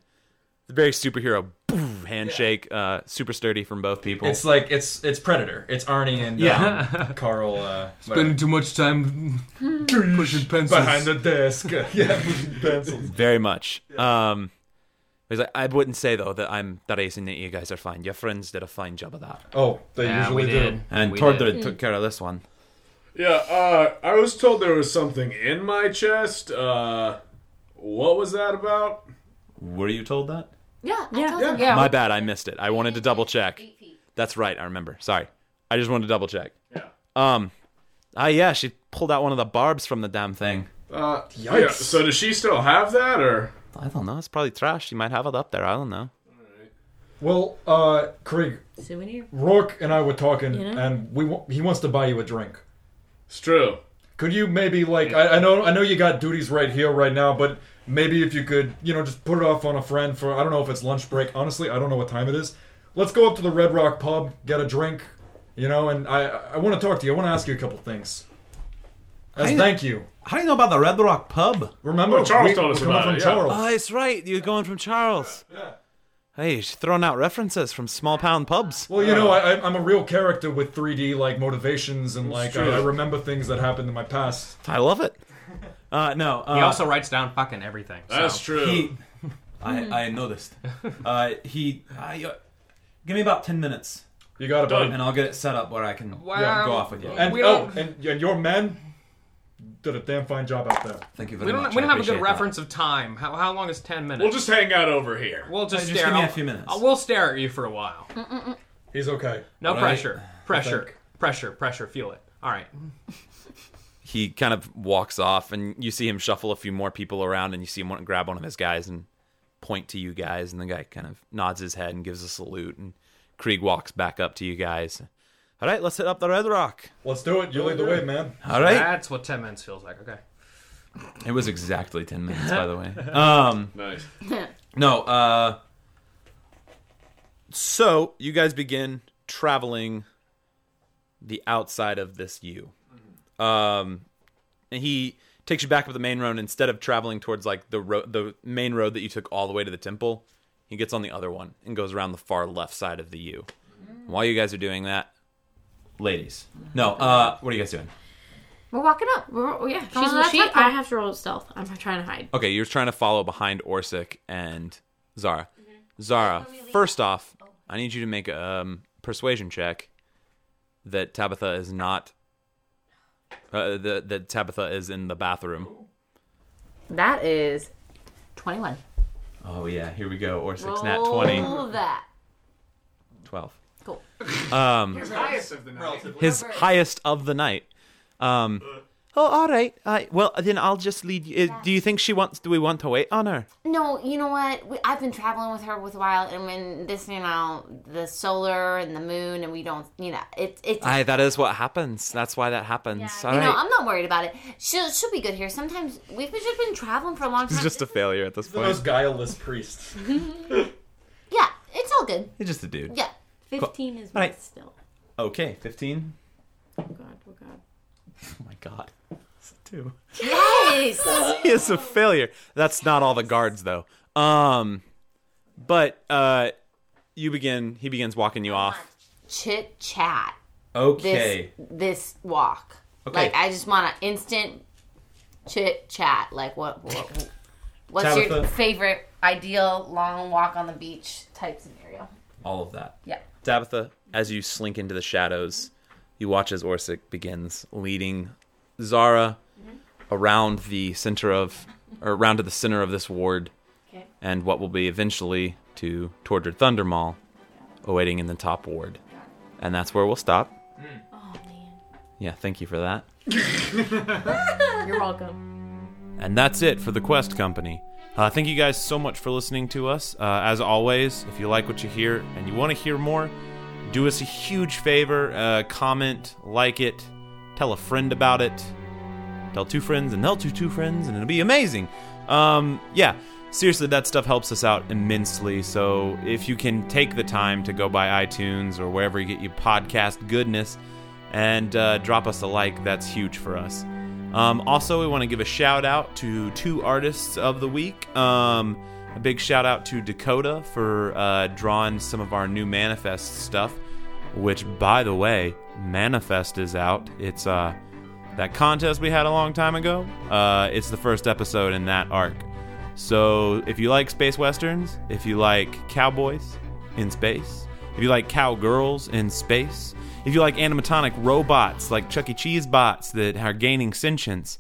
S3: Very superhero boom, handshake. Uh, super sturdy from both people.
S15: It's like it's it's Predator. It's Arnie and
S3: Yeah.
S15: um, Carl. Uh,
S3: Spending
S15: too much time pushing pencils
S10: Behind the desk. yeah, pushing pencils.
S3: very much. Um, he's like, I wouldn't say though that I'm the reason that you guys are fine. Your friends did a fine job of that.
S10: Oh, they Yeah, usually we do. did.
S3: And
S10: We
S3: Tordred
S10: did.
S3: took care of this one.
S2: Yeah, uh, I was told there was something in my chest. Uh, what was that about?
S3: Were you told that?
S12: Yeah,
S4: yeah,
S12: yeah.
S3: My bad, I missed it. I wanted to double check. That's right, I remember. Sorry. I just wanted to double check. Yeah. Um Ah yeah, she pulled out one of the barbs from the damn thing.
S2: Uh,
S3: Yikes.
S2: yeah, so does she still have that, or
S3: I don't know, it's probably trash. She might have it up there, I don't know.
S10: Well, uh, Krieg,
S12: Souvenir.
S10: Rourke and I were talking,
S12: You know?
S10: and we wa- he wants to buy you a drink.
S2: It's true.
S10: Could you maybe like I, I know I know you got duties right here right now, but maybe if you could you know just put it off on a friend for I don't know if it's lunch break. Honestly, I don't know what time it is. Let's go up to the Red Rock Pub, get a drink, you know, and I I want to talk to you. I want to ask you a couple things. As
S3: Hey.
S10: thank you.
S3: How do you know about the Red Rock pub?
S10: Remember,
S3: Oh, Charles told us
S10: we're coming
S3: about
S10: from
S3: it, yeah.
S10: Charles.
S3: Oh, it's right. You're going from Charles. Hey, she's throwing out references from small pound pubs.
S10: Well, you know, I, I- I'm a real character with 3D like motivations and like
S3: true.
S10: I, I remember things that happened in my past.
S3: I love it. Uh, no.
S11: he
S10: uh,
S11: also writes down fucking everything. so-
S3: He, I, I noticed. Uh, he, uh, you- give me about ten minutes.
S10: You got it, buddy.
S3: and I'll get it set up where I can
S11: Wow.
S3: yeah, go off with you.
S10: And oh, and, and your men did a damn fine job out there.
S3: Thank you
S11: we don't, we don't have a good reference of time. How, how long is 10 minutes?
S2: We'll just hang out over here.
S11: We'll just,
S2: Hey, just
S11: stare.
S2: give me a
S11: I'll-
S2: few minutes.
S11: I'll- we'll stare at you for a while.
S12: Mm.
S10: He's okay.
S11: No
S10: All right.
S11: pressure.
S10: I
S11: Pressure.
S10: think.
S11: Pressure. Pressure. Feel it. All right.
S3: He kind of walks off, and you see him shuffle a few more people around, and you see him want- grab one of his guys and point to you guys, and the guy kind of nods his head and gives a salute, and Krieg walks back up to you guys. All right, let's hit up the Red Rock.
S10: Let's do it. You lead the way, man.
S3: All right.
S11: That's what 10 minutes feels like. Okay.
S3: It was exactly ten minutes, by the way. Um,
S2: Nice.
S3: No. Uh, so you guys begin traveling the outside of this U. Um, and he takes you back up the main road instead of traveling towards like the road, the main road that you took all the way to the temple. He gets on the other one and goes around the far left side of the U. While you guys are doing that, ladies, no, uh, what are you guys doing?
S12: We're walking up. We're, oh, yeah,
S5: She's,
S12: on that
S5: she,
S12: platform.
S5: I have to roll stealth. I'm trying to hide.
S3: Okay, you're trying to follow behind Orsic and Zara.
S12: Mm-hmm.
S3: Zara, first off,
S12: Oh.
S3: I need you to make a um, persuasion check that Tabitha is not. Uh, that, that Tabitha is in the bathroom.
S12: That is 21.
S3: Oh, yeah, here we go. Orsic's
S12: Roll
S3: nat 20.
S12: that.
S3: 12.
S12: Cool.
S3: Um,
S12: His highest of the night.
S3: His highest of the night. Um,
S9: Oh, all right. Uh, well, then I'll just lead you. uh, Do you think she wants? Do we want to wait on her?
S12: No, you know what? We, I've been traveling with her with a while, and when this, you know, the solar and the moon, and we don't, you know, it, it's.
S9: Aye, that is what happens. That's why that happens. All
S12: you
S9: right.
S12: know, I'm not worried about it. She'll she'll be good here. Sometimes we've just been traveling for a long
S9: He's
S12: time.
S9: just a failure at this
S16: the
S9: point.
S16: most guileless priest.
S12: yeah, it's all good.
S5: He's just a dude.
S12: Yeah,
S5: Cool. 15 is All right. what's
S12: still.
S5: Okay, 15.
S12: Oh god, oh god.
S5: Oh my god. It's a two.
S12: Yes.
S9: he is a failure. That's not all the guards though. Um, but uh, you begin. He begins walking you off.
S12: Chit chat.
S9: Okay.
S12: This, this walk.
S9: Okay.
S12: Like I just want an instant chit chat. Like what? what what's your
S16: Tabitha.
S12: favorite ideal long walk on the beach type scenario?
S5: All of that.
S12: Yeah.
S5: Tabitha, as you slink into the shadows, you watch as Orsic begins leading Zara
S12: Mm-hmm.
S5: around the center of, or around to the center of this ward,
S12: Okay.
S5: and what will be eventually to Tortured Thunder Mall, awaiting in the top ward, and that's where we'll stop. Yeah, thank you for that.
S17: You're welcome.
S3: And that's it for the Quest Company. Uh, thank you guys so much for listening to us. Uh, as always, if you like what you hear and you want to hear more, do us a huge favor uh, comment, like it, tell a friend about it, tell two friends, and they'll tell two friends, and it'll be amazing. Um, yeah, seriously, that stuff helps us out immensely. So if you can take the time to go by iTunes or wherever you get your podcast goodness and uh, drop us a like, that's huge for us. Um, also, we want to give a shout out to two artists of the week. Um, a big shout out to Dakota for uh, drawing some of our new manifest stuff, which, by the way, manifest is out. It's uh, that contest we had a long time ago. Uh, it's the first episode in that arc. So, if you like space westerns, if you like cowboys in space, if you like cowgirls in space, if you like animatronic robots like Chuck E. Cheese bots that are gaining sentience,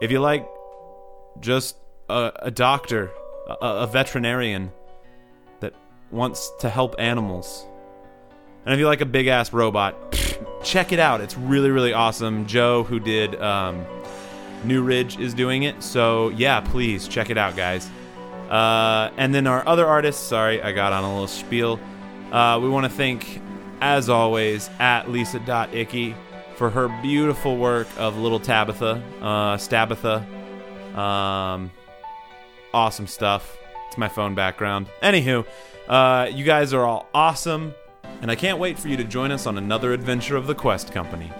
S3: if you like just a, a doctor, a, a veterinarian that wants to help animals, and if you like a big ass robot, check it out. It's really, really awesome. Joe, who did um, New Ridge, is doing it. So, yeah, please check it out, guys. Uh, and then our other artist, sorry, I got on a little spiel. Uh, we want to thank, as always, at Lisa.icky for her beautiful work of Little Tabitha, uh, Stabitha. Um, awesome stuff. It's my phone background. Anywho, uh, you guys are all awesome, and I can't wait for you to join us on another adventure of the Quest Company.